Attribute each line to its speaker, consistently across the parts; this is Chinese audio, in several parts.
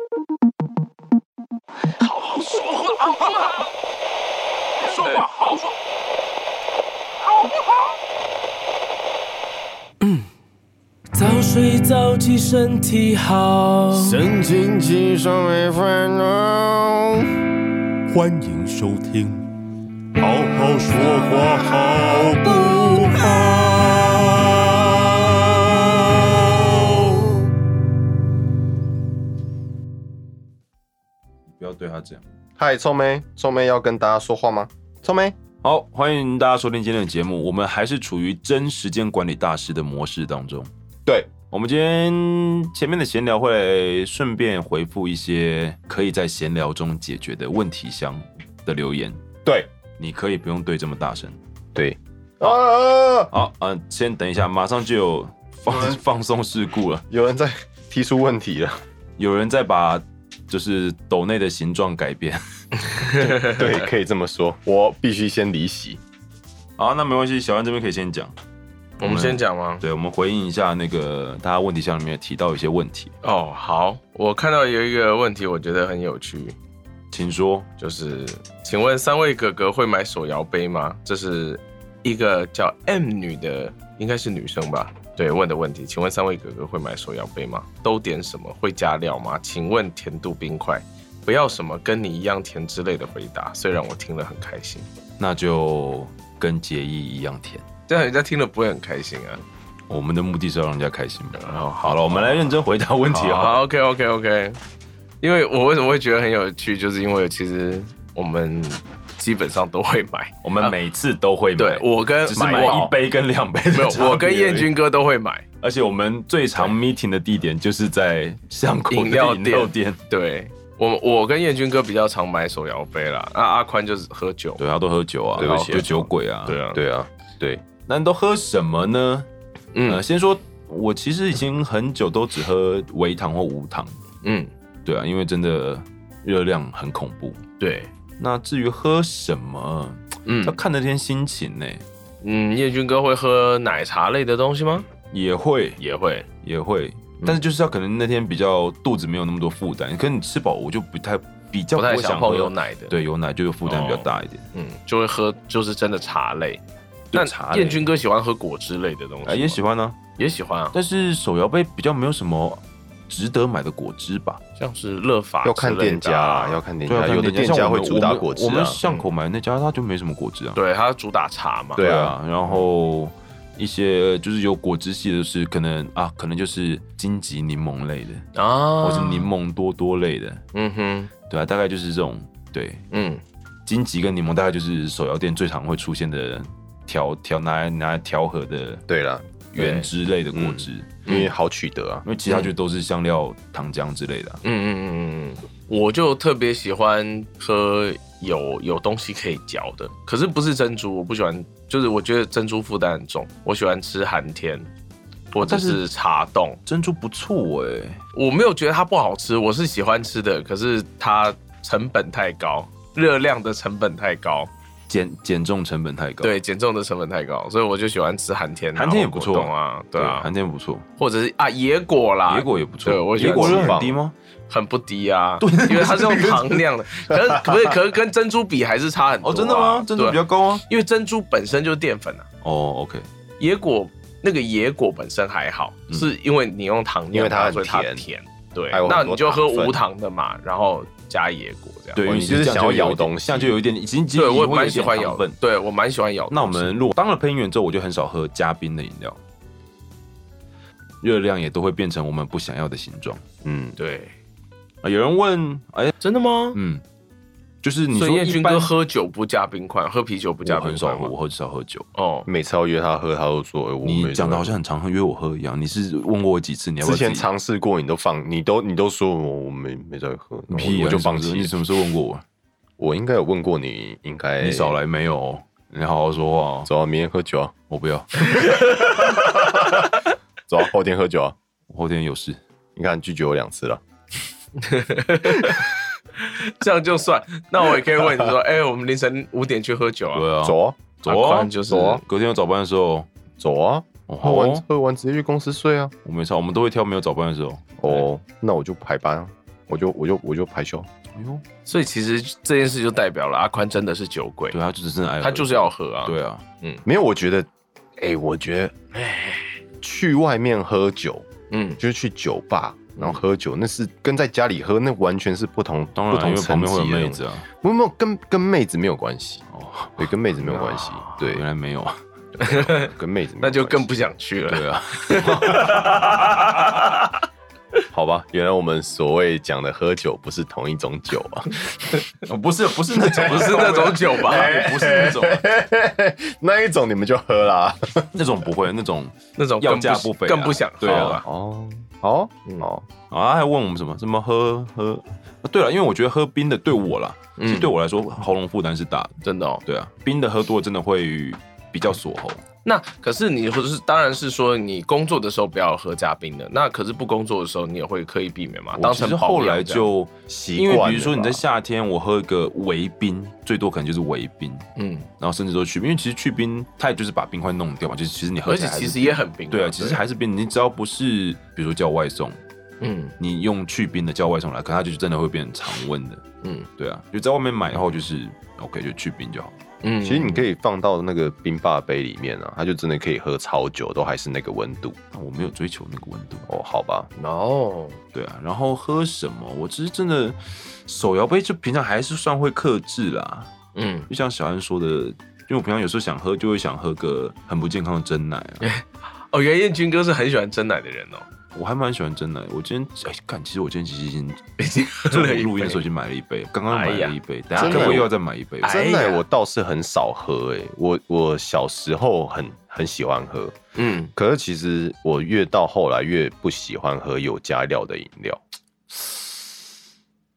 Speaker 1: 啊
Speaker 2: 睡早起身体好。
Speaker 1: 神清气爽没烦恼。欢迎收听，好好说话好不好？
Speaker 3: 不要对他这样。
Speaker 1: 嗨，臭妹，臭妹要跟大家说话吗？臭妹，
Speaker 3: 好，欢迎大家收听今天的节目。我们还是处于真时间管理大师的模式当中。
Speaker 1: 对，
Speaker 3: 我们今天前面的闲聊会顺便回复一些可以在闲聊中解决的问题箱的留言。
Speaker 1: 对，
Speaker 3: 你可以不用对这么大声。
Speaker 1: 对，啊，
Speaker 3: 好，嗯、先等一下，马上就有放放松事故了。
Speaker 1: 有人在提出问题 了。
Speaker 3: 有人在把就是斗内的形状改变。
Speaker 1: 对，可以这么说，我必须先离席。
Speaker 3: 好，那没关系，小安这边可以先讲。
Speaker 4: 我们先讲吗？
Speaker 3: 对，我们回应一下那个大家问题箱里面提到一些问题，
Speaker 4: 哦，好，我看到有一个问题，我觉得很有趣，
Speaker 3: 请说。
Speaker 4: 就是请问三位哥哥会买手摇杯吗？这是一个叫 M 女的，应该是女生吧？对，问的问题，请问三位哥哥会买手摇杯吗？都点什么？会加料吗？请问甜度冰块，不要什么跟你一样甜之类的回答。虽然我听了很开心，
Speaker 3: 那就跟结义一样甜。
Speaker 4: 这样人家听了不会很开心啊。
Speaker 3: 我们的目的是要让人家开心嘛。
Speaker 4: 哦，
Speaker 3: 好了，我们来认真回答问题啊。
Speaker 4: 好，OK OK OK。因为我为什么会觉得很有趣，就是因为其实我们基本上都会 买，
Speaker 3: 我们每次都会买，
Speaker 4: 对我跟
Speaker 3: 只是买一
Speaker 4: 我
Speaker 3: 杯跟两杯的 差别
Speaker 4: 没
Speaker 3: 而已
Speaker 4: 有，我跟彦军，哥都会买。
Speaker 3: 而且我们最常 meeting 的地点就是在巷口的饮
Speaker 4: 饮料
Speaker 3: 料
Speaker 4: 店
Speaker 3: 店，
Speaker 4: 对我我跟彦军哥比较常买手摇杯啦，那阿宽就是喝酒。
Speaker 3: 对啊，都喝酒啊，
Speaker 1: 对不起啊
Speaker 3: 就酒鬼啊，
Speaker 4: 对啊
Speaker 1: 对啊，对，
Speaker 3: 那你都喝什么呢？
Speaker 4: 嗯
Speaker 3: 呃，先说，我其实已经很久都只喝微糖或无糖，
Speaker 4: 嗯，
Speaker 3: 对啊，因为真的热量很恐怖。
Speaker 4: 对，
Speaker 3: 那至于喝什么，要
Speaker 4: 嗯
Speaker 3: 看那天心情呢、
Speaker 4: 嗯，彦军哥会喝奶茶类的东西吗？
Speaker 3: 也会
Speaker 4: 也会。
Speaker 3: 也会，
Speaker 1: 嗯
Speaker 3: 但是就是要可能那天比较肚子没有那么多负担，可是你吃饱我就不太比较
Speaker 4: 不太
Speaker 3: 会
Speaker 4: 想
Speaker 3: 想
Speaker 4: 碰
Speaker 3: 喝
Speaker 4: 有，奶的，，
Speaker 3: 对，有奶就是负担
Speaker 1: 哦
Speaker 3: 比较大一点。
Speaker 4: 嗯，就会喝就是真的茶类。
Speaker 3: 对
Speaker 4: 那
Speaker 3: 茶类
Speaker 4: 彦军哥喜欢喝果汁类的东西
Speaker 3: 啊、
Speaker 4: 吗，
Speaker 3: 也喜欢呢、
Speaker 4: 也喜欢啊，
Speaker 3: 但是手摇杯比较没有什么值得买的果汁吧。
Speaker 4: 像是乐法
Speaker 1: 要看
Speaker 4: 之类的
Speaker 1: 店家
Speaker 4: 啊
Speaker 1: 啦，要看店
Speaker 3: 对啊，
Speaker 1: 家，有的
Speaker 3: 看
Speaker 1: 店
Speaker 3: 像
Speaker 1: 家
Speaker 3: 我
Speaker 1: 会
Speaker 3: 们
Speaker 1: 主打果汁
Speaker 3: 我们我
Speaker 1: 啊
Speaker 3: 们。巷口买那家它就没什么果汁啊。
Speaker 4: 对，它主打茶嘛。
Speaker 1: 对
Speaker 3: 对
Speaker 1: 啊
Speaker 3: 啊，然后一些就是有果汁系的，就是可能啊，可能就是荆棘柠檬类的，
Speaker 4: 啊，
Speaker 3: 或是
Speaker 1: 嗯
Speaker 3: 柠，檬多多类的，
Speaker 4: 嗯哼，
Speaker 3: 对啊，大概就是这种对
Speaker 4: 嗯，
Speaker 3: 荆棘跟柠檬，大概就是手摇店最常会出现的调调拿来拿来调和的
Speaker 1: 对啦，
Speaker 3: 原汁类的果汁，
Speaker 1: 因为好取得啊
Speaker 3: 因。为其他就都是香料、糖浆之类的啊、
Speaker 4: 嗯嗯嗯嗯嗯，我就特别喜欢喝有有东西可以嚼的，可是不是珍珠，我不喜欢，就是我觉得珍珠负担很重，我喜欢吃寒天或者
Speaker 3: 但是
Speaker 4: 是茶冻，
Speaker 3: 珍珠不错哎、
Speaker 4: 我没有觉得它不好吃，我是喜欢吃的，可是它成本太高，热量的成本太高，
Speaker 3: 减减重成本太高。
Speaker 4: 对，减重的成本太高，所以我就喜欢吃寒天啊、
Speaker 3: 寒天也不错
Speaker 4: 果冻啊，对
Speaker 3: 对
Speaker 4: 啊，
Speaker 3: 寒天不错，
Speaker 4: 或者是啊野果啦，
Speaker 3: 野果也不错。
Speaker 4: 对我喜
Speaker 3: 野
Speaker 4: 欢
Speaker 3: 果
Speaker 4: 吃
Speaker 3: 热很
Speaker 1: 棒
Speaker 3: 低吗？
Speaker 4: 很不低啊， 因为 它是用糖量的，可是可是可是跟珍珠比还是差很多、啊
Speaker 3: 哦，真的吗？珍珠比较，高啊。
Speaker 4: 对因为珍珠本身就是淀粉啊，
Speaker 3: 哦，OK，
Speaker 4: 野果那个野果本身还好，
Speaker 3: 嗯
Speaker 4: 是因为你用糖量，啊
Speaker 1: 因为它很
Speaker 4: 所以它
Speaker 1: 甜
Speaker 4: 甜，对
Speaker 1: 还有，很
Speaker 4: 那
Speaker 1: 多
Speaker 4: 你就喝
Speaker 1: 糖分
Speaker 4: 无糖的嘛，然后加野果这样，
Speaker 3: 对，
Speaker 1: 哦
Speaker 3: 因为
Speaker 1: 你就是
Speaker 3: 这样
Speaker 1: 想要
Speaker 3: 就有
Speaker 1: 咬
Speaker 3: 一点
Speaker 1: 东西
Speaker 3: 这样就有一点已经
Speaker 4: 对我蛮喜
Speaker 3: 喜
Speaker 4: 欢
Speaker 3: 欢
Speaker 4: 咬
Speaker 3: 分。
Speaker 4: 对我蛮喜欢咬的。
Speaker 3: 那我们如果当了配音员之后，我就很少喝加冰的饮料，热量也都会变成我们不想要的形状。
Speaker 1: 嗯，
Speaker 4: 对，
Speaker 3: 啊，有人问，哎，
Speaker 4: 真的吗？
Speaker 3: 嗯，就是你
Speaker 4: 所
Speaker 3: 说一
Speaker 4: 以彦军
Speaker 3: 般
Speaker 4: 哥喝酒不加冰块，喝啤酒不加
Speaker 3: 我
Speaker 4: 冰
Speaker 3: 很
Speaker 4: 块
Speaker 3: 少
Speaker 4: 吗
Speaker 3: 喝，我很少喝酒。
Speaker 4: 哦，
Speaker 1: 每次要约他喝，他都说呃我
Speaker 3: 你
Speaker 1: 没
Speaker 3: 讲的好
Speaker 1: 喝
Speaker 3: 像很常喝约我喝一样，你是问过我几次？你要不
Speaker 1: 之
Speaker 3: 要
Speaker 1: 前
Speaker 3: 自己
Speaker 1: 尝试过，你都放，你都你都说我我没没在喝，然后
Speaker 3: 屁
Speaker 1: 我
Speaker 3: 啊，
Speaker 1: 我就
Speaker 3: 你什
Speaker 1: 放
Speaker 3: 么时候
Speaker 1: 弃
Speaker 3: 你
Speaker 1: 了。
Speaker 3: 什么时候问 过我？
Speaker 1: 我应该有问过你，应该
Speaker 3: 你少来没有哦？你好好说话哦，
Speaker 1: 走啊，明天喝酒啊，
Speaker 3: 我不要，
Speaker 1: 走啊，后天喝酒啊。
Speaker 3: 我后天有事。
Speaker 1: 你看拒绝我两次了，
Speaker 4: 这样就算。那我也可以问 你说，哎，我们凌晨五点去喝酒啊？
Speaker 3: 对啊，
Speaker 1: 走啊，
Speaker 3: 走
Speaker 4: 阿
Speaker 3: 啊，
Speaker 4: 宽就是
Speaker 3: 走啊隔天有早班的时候，
Speaker 1: 走啊，
Speaker 3: 哦，
Speaker 1: 喝
Speaker 3: 好
Speaker 1: 完、
Speaker 3: 哦，
Speaker 1: 喝完直接去公司睡啊。
Speaker 3: 我没差，我们都会挑没有早班的时候。
Speaker 1: 哦，那我就排班啊，我就我就我就排休。
Speaker 3: 哎呦，
Speaker 4: 所以其实这件事就代表了阿宽真的是酒鬼，
Speaker 3: 对，他就只是爱喝，
Speaker 4: 他就是要喝啊。，
Speaker 3: 对啊，
Speaker 1: 没有，我觉得，哎、我觉得，哎，去外面喝酒
Speaker 4: 嗯，
Speaker 1: 就是去酒吧然后喝酒，那是跟在家里喝那完全是不同，
Speaker 3: 当
Speaker 1: 不
Speaker 3: 然，啊
Speaker 1: 同
Speaker 3: 因为旁
Speaker 1: 层
Speaker 3: 边
Speaker 1: 级
Speaker 3: 会有
Speaker 1: 的
Speaker 3: 妹
Speaker 1: 东西
Speaker 3: 子啊。
Speaker 1: 不没有跟跟妹子没有关系，
Speaker 3: 哦，
Speaker 1: 对，跟妹子没有 关系，对
Speaker 3: 原，来 没有啊。
Speaker 1: 跟妹子没有
Speaker 4: 那就
Speaker 1: 关系
Speaker 4: 更不想去了。
Speaker 1: 对啊，
Speaker 3: 啊
Speaker 1: 好吧，原来我们所谓讲的喝酒不是同一种酒 啊，
Speaker 3: 哦 不是，不是那种，
Speaker 4: 不 是那种酒吧？
Speaker 1: 哎
Speaker 3: 不是那种，
Speaker 1: 那一种你们就喝啦。
Speaker 3: 那种不会，那种
Speaker 4: 那种
Speaker 3: 要
Speaker 4: 更
Speaker 3: 价
Speaker 4: 不
Speaker 3: 不菲啊
Speaker 4: 更不想喝
Speaker 3: 对啊
Speaker 4: 了。
Speaker 1: 哦，好，
Speaker 4: 嗯
Speaker 1: 哦，
Speaker 3: 啊，还问我们什么？什么喝喝？啊对了，因为我觉得喝冰的对我啦，
Speaker 4: 嗯
Speaker 3: 其实对我来说喉咙负担是大的。
Speaker 4: 真的哦。
Speaker 3: 对啊，冰的喝多了真的会比较锁喉。
Speaker 4: 那可是你或者是当然是说你工作的时候不要喝加冰的，那可是不工作的时候你也会刻意避免嘛，啊当
Speaker 3: 我其
Speaker 4: 成
Speaker 3: 实
Speaker 4: 保
Speaker 3: 后
Speaker 4: 养
Speaker 3: 来
Speaker 4: 这样
Speaker 3: 就
Speaker 1: 习
Speaker 3: 因
Speaker 1: 惯了吧
Speaker 3: 为比如说你在夏天，我喝一个微冰，最多可能就是微冰，
Speaker 4: 嗯，
Speaker 3: 然后甚至说去冰，因为其实去冰它也就是把冰块弄掉嘛，就是其实你喝
Speaker 4: 而
Speaker 3: 起
Speaker 4: 且
Speaker 3: 来还
Speaker 4: 其
Speaker 3: 是
Speaker 4: 实也很冰的。
Speaker 3: 对啊，其实还是冰，你只要不是比如说叫外送，
Speaker 4: 嗯
Speaker 3: 你用去冰的叫外送来，可它就是真的会变成常温的。
Speaker 4: 嗯
Speaker 3: 对啊，就在外面买以后就是 OK 就去冰就好。
Speaker 4: 嗯，
Speaker 1: 其实你可以放到那个冰霸杯里面啊，它就真的可以喝超久，都还是那个温度。
Speaker 3: 那我没有追求那个温度。
Speaker 1: 哦，好吧，
Speaker 4: 哦，
Speaker 3: 对啊，然后喝什么？我其实真的手摇杯就平常还是算会克制啦，
Speaker 4: 嗯，
Speaker 3: 就像小安说的，因为我平常有时候想喝，就会想喝个很不健康的真奶 啊。
Speaker 4: 哦，袁彦军哥是很喜欢真奶的人哦，
Speaker 3: 我还蛮喜欢真奶，我今天哎，看，其实我今天其实已经
Speaker 4: 已经
Speaker 3: 在
Speaker 4: 喝
Speaker 3: 我
Speaker 4: 了一
Speaker 3: 录音的时候已
Speaker 4: 杯。
Speaker 3: 经买了一杯，刚刚买
Speaker 4: 哎呀
Speaker 3: 了一杯，等下
Speaker 1: 真
Speaker 3: 可
Speaker 1: 的
Speaker 3: 不可以
Speaker 1: 我
Speaker 3: 又要再买一杯？
Speaker 4: 哎
Speaker 1: 真奶
Speaker 4: 呀
Speaker 1: 我倒是很少喝、欸，我我小时候很很喜欢喝，
Speaker 4: 嗯，
Speaker 1: 可是其实我越到后来越不喜欢喝有加料的饮料。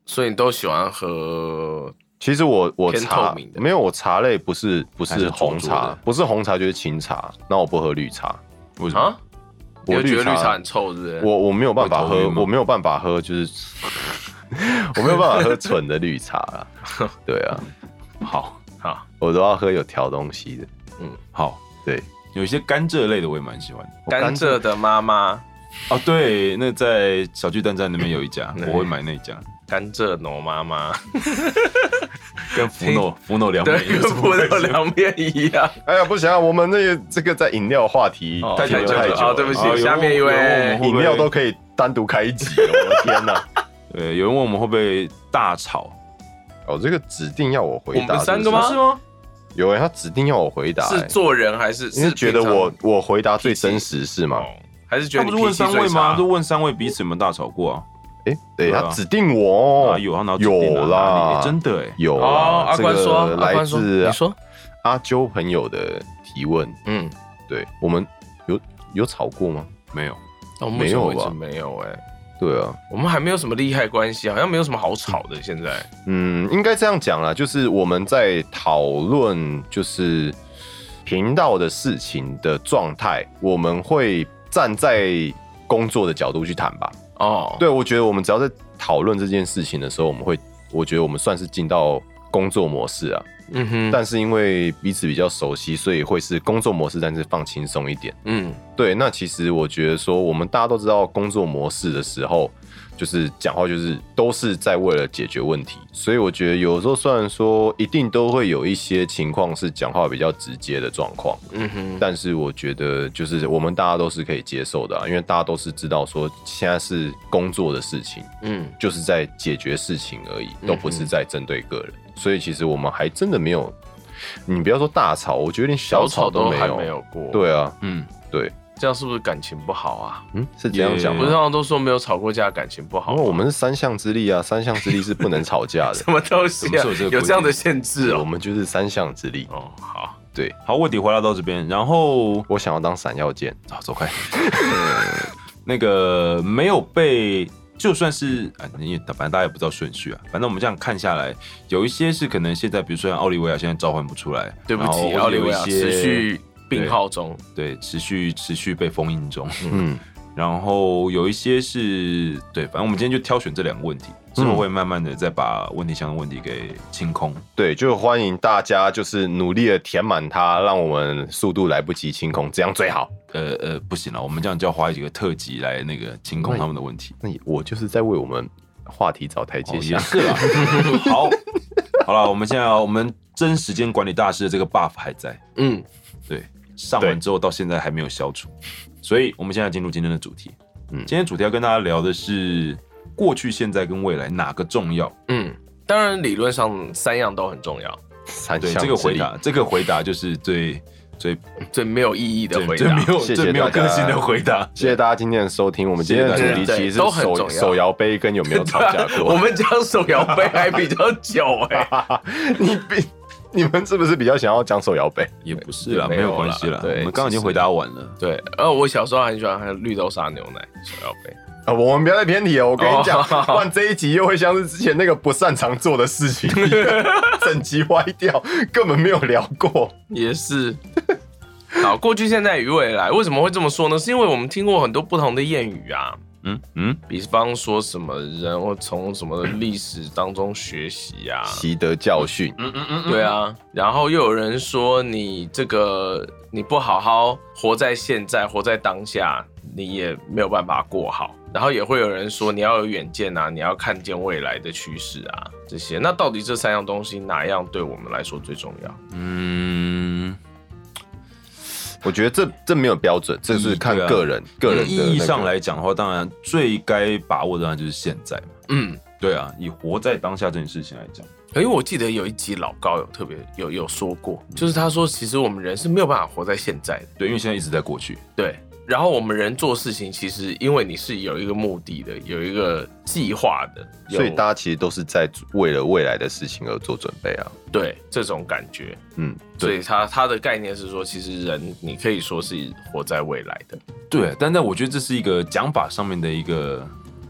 Speaker 4: 所以你都喜欢喝
Speaker 1: 其实我我
Speaker 4: 偏
Speaker 1: 茶
Speaker 4: 透明的
Speaker 1: 没有，我茶类不是不
Speaker 3: 还是
Speaker 1: 是
Speaker 3: 灼
Speaker 1: 红
Speaker 3: 灼
Speaker 1: 茶
Speaker 3: 的，
Speaker 1: 不是红茶就是清茶，那我不喝绿茶，
Speaker 3: 为什么
Speaker 4: 啊？？你
Speaker 1: 我
Speaker 4: 会觉得
Speaker 1: 绿茶
Speaker 4: 绿茶很臭，是不是？
Speaker 1: 我我没有办法
Speaker 3: 会头
Speaker 1: 喝
Speaker 3: 晕，吗
Speaker 1: 我没有办法喝，就是 我没有办法喝纯的绿茶 啦。对啊，
Speaker 3: 好
Speaker 4: 好，
Speaker 1: 我都要喝有调东西的。
Speaker 3: 好，
Speaker 1: 对，
Speaker 3: 有一些甘蔗类的我也蛮喜欢的。
Speaker 1: 我
Speaker 4: 甘蔗的妈妈，
Speaker 3: 哦，对，那在小巨蛋站那边有一家，
Speaker 4: 对
Speaker 3: 我会买那家，
Speaker 4: 甘蔗农妈妈，
Speaker 3: 跟福诺福诺凉面
Speaker 4: 对，
Speaker 3: 也
Speaker 4: 跟
Speaker 3: 是
Speaker 4: 葡
Speaker 3: 我
Speaker 4: 萄凉面一样。
Speaker 1: 哎呀，不行啊，我们那个这个在饮料话题
Speaker 4: 哦
Speaker 1: 停留
Speaker 3: 久
Speaker 1: 太
Speaker 3: 了
Speaker 1: 久
Speaker 4: 哦
Speaker 1: 了，啊
Speaker 4: 对不起
Speaker 3: 哦有
Speaker 4: 下面一位
Speaker 3: 有我们会不
Speaker 1: 饮
Speaker 3: 会
Speaker 1: 料都可以单独开一集了，我的天 哪！
Speaker 3: 对，有人问我们会不会大吵，
Speaker 1: 哦，这个指定要我回
Speaker 4: 我
Speaker 1: 答，
Speaker 4: 们三个
Speaker 1: 是
Speaker 4: 吗？
Speaker 1: 不是
Speaker 4: 吗？
Speaker 1: 有哎，他指定要我回答，
Speaker 4: 是
Speaker 1: 哎
Speaker 4: 做人还是
Speaker 1: 你是
Speaker 4: 是
Speaker 1: 觉得
Speaker 4: 平常
Speaker 1: 我我回答最真实是吗？
Speaker 4: 哦，还是觉
Speaker 3: 他
Speaker 4: 得
Speaker 3: 不
Speaker 4: 你
Speaker 3: 是问三
Speaker 4: 脾气
Speaker 3: 位
Speaker 4: 最
Speaker 3: 吗？
Speaker 4: 差
Speaker 3: 就？问三位彼此有没有大吵过啊？
Speaker 1: 哎，对
Speaker 3: 对啊
Speaker 1: 他指定我
Speaker 3: 啊，
Speaker 1: 哦，
Speaker 3: 有，他拿指定拿
Speaker 1: 有
Speaker 3: 哪里
Speaker 1: 啦，
Speaker 3: 真的啊哎，
Speaker 1: 有啦
Speaker 4: 哦，阿
Speaker 1: 这
Speaker 4: 关
Speaker 1: 个
Speaker 4: 说，阿
Speaker 1: 来
Speaker 4: 关说，
Speaker 1: 自
Speaker 4: 你说，
Speaker 1: 阿啾朋友的提问，
Speaker 4: 嗯，
Speaker 1: 对我们有有吵过吗？
Speaker 3: 没有？
Speaker 4: 到目
Speaker 1: 没
Speaker 4: 前
Speaker 1: 有
Speaker 4: 为止
Speaker 1: 吧
Speaker 4: 没有哎，
Speaker 1: 对啊，
Speaker 4: 我们还没有什么利害关系，好像没有什么好吵的。现在
Speaker 1: 嗯，应该这样讲啦，就是我们在讨论就是频道的事情的状态，我们会站在工作的角度去谈吧。
Speaker 4: 哦，
Speaker 1: 对，我觉得我们只要在讨论这件事情的时候，我们会，我觉得我们算是进到工作模式啊。
Speaker 4: 嗯哼，
Speaker 1: 但是因为彼此比较熟悉，所以会是工作模式，但是放轻松一点。
Speaker 4: 嗯
Speaker 1: 对，那其实我觉得说，我们大家都知道工作模式的时候，就是讲话就是都是在为了解决问题，所以我觉得有时候虽然说一定都会有一些情况是讲话比较直接的状况，
Speaker 4: 嗯哼，
Speaker 1: 但是我觉得就是我们大家都是可以接受的、啊，因为大家都是知道说现在是工作的事情，
Speaker 4: 嗯
Speaker 1: 就是在解决事情而已，都不是在针对个人，所以其实我们还真的没有，你不要说大吵，我觉得连小
Speaker 4: 小
Speaker 1: 吵
Speaker 4: 吵
Speaker 1: 都
Speaker 4: 都
Speaker 1: 没
Speaker 4: 还
Speaker 1: 有，
Speaker 4: 没有过，，
Speaker 1: 对啊，
Speaker 3: 嗯，
Speaker 1: 对。
Speaker 4: 这样是不是感情不好啊？
Speaker 1: 嗯，是这样讲
Speaker 3: 也
Speaker 4: 不
Speaker 1: 吗
Speaker 4: 是？通常都说没有吵过架感情不好
Speaker 1: 因
Speaker 3: 哦
Speaker 4: 吗，
Speaker 1: 为我们是三项之力啊，三项之力是不能吵 架的
Speaker 4: 什，么东西
Speaker 3: 什么
Speaker 4: 啊
Speaker 3: 时候有这个？规
Speaker 4: 有这样
Speaker 3: 定嗯
Speaker 4: 的限制
Speaker 1: 我
Speaker 4: 哦。
Speaker 1: 们就是三项之力。
Speaker 4: 哦，好，
Speaker 1: 对
Speaker 3: 好，卧底回答到这边，然后
Speaker 1: 我想要当闪耀剑，
Speaker 3: 啊，走 开。那个没有被，就算是啊，你也反正大家也不知道顺序啊。反正我们这样看下来，有一些是可能现在，比如说像奥利维亚现在召唤不出来，
Speaker 4: 对不
Speaker 3: 然后
Speaker 4: 起，
Speaker 3: 哦有
Speaker 4: 奥利维亚
Speaker 3: 一些
Speaker 4: 持续病号中，
Speaker 3: 对持续持续被封印中。
Speaker 1: 嗯，
Speaker 3: 然后有一些是对，反正我们今天就挑选这两个问题，之后会慢慢的再把问题箱的问题给清空。
Speaker 1: 对，就欢迎大家就是努力的填满它，让我们速度来不及清空，这样最好。
Speaker 3: 呃呃，不行了，我们这样就要花几个特辑来那个清空他们的问题。
Speaker 1: 那也我就是在为我们话题找台阶
Speaker 3: 哦，
Speaker 1: 下
Speaker 3: 也。是啦。好，好了，我们现在啊我们真时间管理大师的这个 buff 还在，
Speaker 4: 嗯，
Speaker 3: 对，上
Speaker 1: 对
Speaker 3: 完之后到现在还没有消除，所以我们现在进入今天的主题。
Speaker 1: 嗯
Speaker 3: 今天主题要跟大家聊的是过去、现在跟未来哪个重要？
Speaker 4: 嗯，当然理论上三样都很重要，
Speaker 1: 三
Speaker 3: 对，
Speaker 1: 项
Speaker 3: 这个
Speaker 1: 之
Speaker 3: 回
Speaker 1: 力
Speaker 3: 答，这个回答就是最最
Speaker 4: 最没有意义的
Speaker 3: 嗯最
Speaker 4: 回
Speaker 3: 最
Speaker 4: 答
Speaker 3: 没。 有
Speaker 1: 谢谢
Speaker 3: 最没有
Speaker 1: 大家
Speaker 3: 个性的回答。
Speaker 1: 谢谢大家今天的收听。我们今天的
Speaker 3: 谢谢大
Speaker 1: 主
Speaker 3: 家
Speaker 1: 题其实
Speaker 4: 对都
Speaker 1: 是
Speaker 4: 很重
Speaker 1: 手
Speaker 4: 要
Speaker 1: 手摇杯跟有没有吵架 过。
Speaker 3: 啊
Speaker 4: 我们讲手摇杯还比较久哎、
Speaker 1: 你 比你们是不是比较想要讲手摇杯？
Speaker 3: 也不是啦，没
Speaker 4: 也没有
Speaker 3: 有关系啦
Speaker 4: 啦。
Speaker 3: 我
Speaker 4: 对
Speaker 3: 们刚刚已经
Speaker 4: 其实
Speaker 3: 回答完了。
Speaker 4: 对，呃，我小时候很喜欢喝绿豆沙牛奶手摇杯。
Speaker 1: 啊，我们不要再偏题了。我跟你讲，
Speaker 4: 哦
Speaker 1: 不然这一集又会像是之前那个不擅长做的事情 一样， 整集歪掉，根本没有聊过。
Speaker 4: 也是。好，过去、现在与未来，为什么会这么说呢？是因为我们听过很多不同的谚语啊，
Speaker 3: 嗯嗯，
Speaker 4: 比方说什么人或从什么历史当中学习啊，
Speaker 1: 习得教训，
Speaker 3: 嗯
Speaker 4: 对啊，然后又有人说你这个你不好好活在现在，活在当下，你也没有办法过好。然后也会有人说你要有远见啊，你要看见未来的趋势啊，这些。那到底这三样东西哪样对我们来说最重要？
Speaker 3: 嗯，
Speaker 1: 我觉得这这没有标准，这是看
Speaker 3: 对啊
Speaker 1: 个人个人的
Speaker 3: 意义
Speaker 1: 那个
Speaker 3: 上来讲的话，当然最该把握的当然就是现在嘛。
Speaker 4: 嗯，
Speaker 3: 对啊，以活在当下这件事情来讲，
Speaker 4: 因为我记得有一集老高有特别有有说过，就是他说其实我们人是没有办法活在现在的，
Speaker 3: 对，因为现在一直在过去。
Speaker 4: 对。然后我们人做事情，其实因为你是有一个目的的，有一个计划的，有
Speaker 1: 所以大家其实都是在为了未来的事情而做准备啊。
Speaker 4: 对这种感觉。
Speaker 1: 嗯，
Speaker 4: 所
Speaker 1: 对，
Speaker 4: 以他他的概念是说，其实人你可以说是活在未来的。
Speaker 3: 对，啊但但我觉得这是一个讲法上面的一个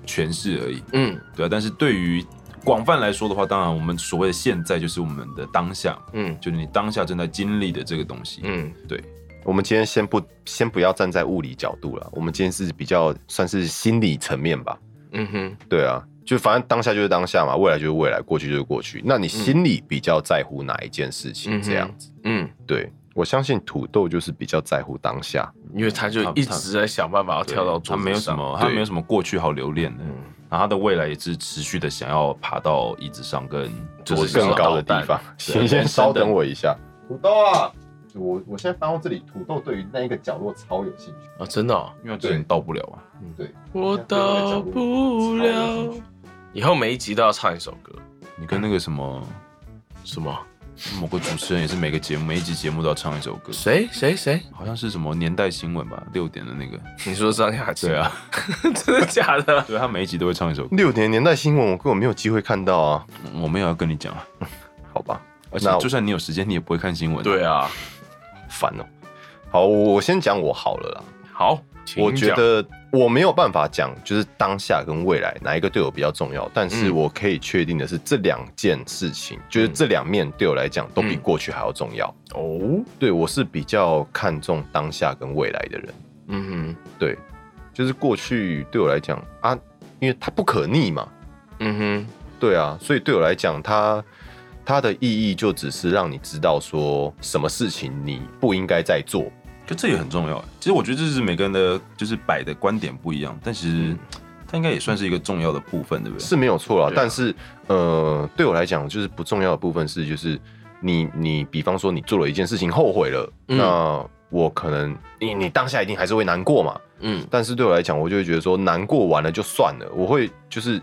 Speaker 3: 诠释而已。
Speaker 4: 嗯
Speaker 3: 对啊，但是对于广泛来说的话，当然我们所谓的现在就是我们的当下，
Speaker 4: 嗯
Speaker 3: 就是你当下正在经历的这个东西。
Speaker 4: 嗯，
Speaker 3: 对，
Speaker 1: 我们今天先不先不要站在物理角度了，我们今天是比较算是心理层面吧。
Speaker 4: 嗯哼，
Speaker 1: 对啊，就反正当下就是当下嘛，未来就是未来，过去就是过去。那你心里比较在乎哪一件事情？
Speaker 4: 嗯哼
Speaker 1: 这样子，
Speaker 4: 嗯，
Speaker 1: 对我相信土豆就是比较在乎当下。
Speaker 4: 因为他就一直在想办法要跳到
Speaker 3: 他
Speaker 4: 桌
Speaker 3: 没
Speaker 4: 子
Speaker 3: 有什
Speaker 4: 上。
Speaker 3: 么，
Speaker 1: 对
Speaker 3: 他没有什么过去好留恋的，
Speaker 4: 嗯
Speaker 3: 然后他的未来也是持续的想要爬到椅子上跟
Speaker 4: 就是
Speaker 1: 更
Speaker 4: 想
Speaker 1: 高
Speaker 4: 到
Speaker 1: 的地方。
Speaker 3: 对
Speaker 1: 请先稍等我一 下，
Speaker 5: 土豆啊，
Speaker 1: 我我现在翻到这里，土豆对于那一个角落超有兴趣。
Speaker 4: 啊，真的哦、
Speaker 3: 因为这个你到不了啊。
Speaker 1: 嗯
Speaker 4: 我到不了。以后每一集都要唱一首歌，
Speaker 3: 你跟那个什么
Speaker 4: 什么？
Speaker 3: 某个主持人也是每个节目每一集节目都要唱一首歌，
Speaker 4: 谁谁谁？
Speaker 3: 好像是什么年代新闻吧，六点的那个。
Speaker 4: 你说张雅琴？
Speaker 3: 对，啊，
Speaker 4: 真的 假的？
Speaker 3: 对他每一集都会唱一首歌。
Speaker 1: 六年年代新闻，我根本没有机会看到啊，
Speaker 3: 我没有要跟你讲啊，
Speaker 1: 好吧，
Speaker 3: 而且
Speaker 1: 那我
Speaker 3: 就算你有时间，你也不会看新闻。，
Speaker 4: 对啊，
Speaker 1: 烦哦、好，我先讲我好了啦。
Speaker 4: 好，请
Speaker 1: 我觉
Speaker 4: 讲
Speaker 1: 得我没有办法讲，就是当下跟未来哪一个对我比较重要，但是
Speaker 4: 嗯
Speaker 1: 我可以确定的是，这两件事情，就是这两面对我来讲都比
Speaker 4: 嗯
Speaker 1: 过去还要重要。
Speaker 4: 哦，
Speaker 1: 对我是比较看重当下跟未来的人，
Speaker 4: 嗯哼，
Speaker 1: 对，就是过去对我来讲啊，因为它不可逆嘛，
Speaker 4: 嗯哼，
Speaker 1: 对啊，所以对我来讲，它它的意义就只是让你知道说什么事情你不应该再做，
Speaker 3: 就这也很重要欸。其实我觉得这是每个人的就是摆的观点不一样，但其实它应该也算是一个重要的部分，对不对？
Speaker 1: 是没有错啦，
Speaker 4: 对啊
Speaker 1: 但是呃，对我来讲，就是不重要的部分是，就是你你比方说你做了一件事情后悔了，
Speaker 4: 嗯
Speaker 1: 那我可能你你当下一定还是会难过嘛，
Speaker 4: 嗯
Speaker 1: 但是对我来讲，我就会觉得说难过完了就算了，我会就是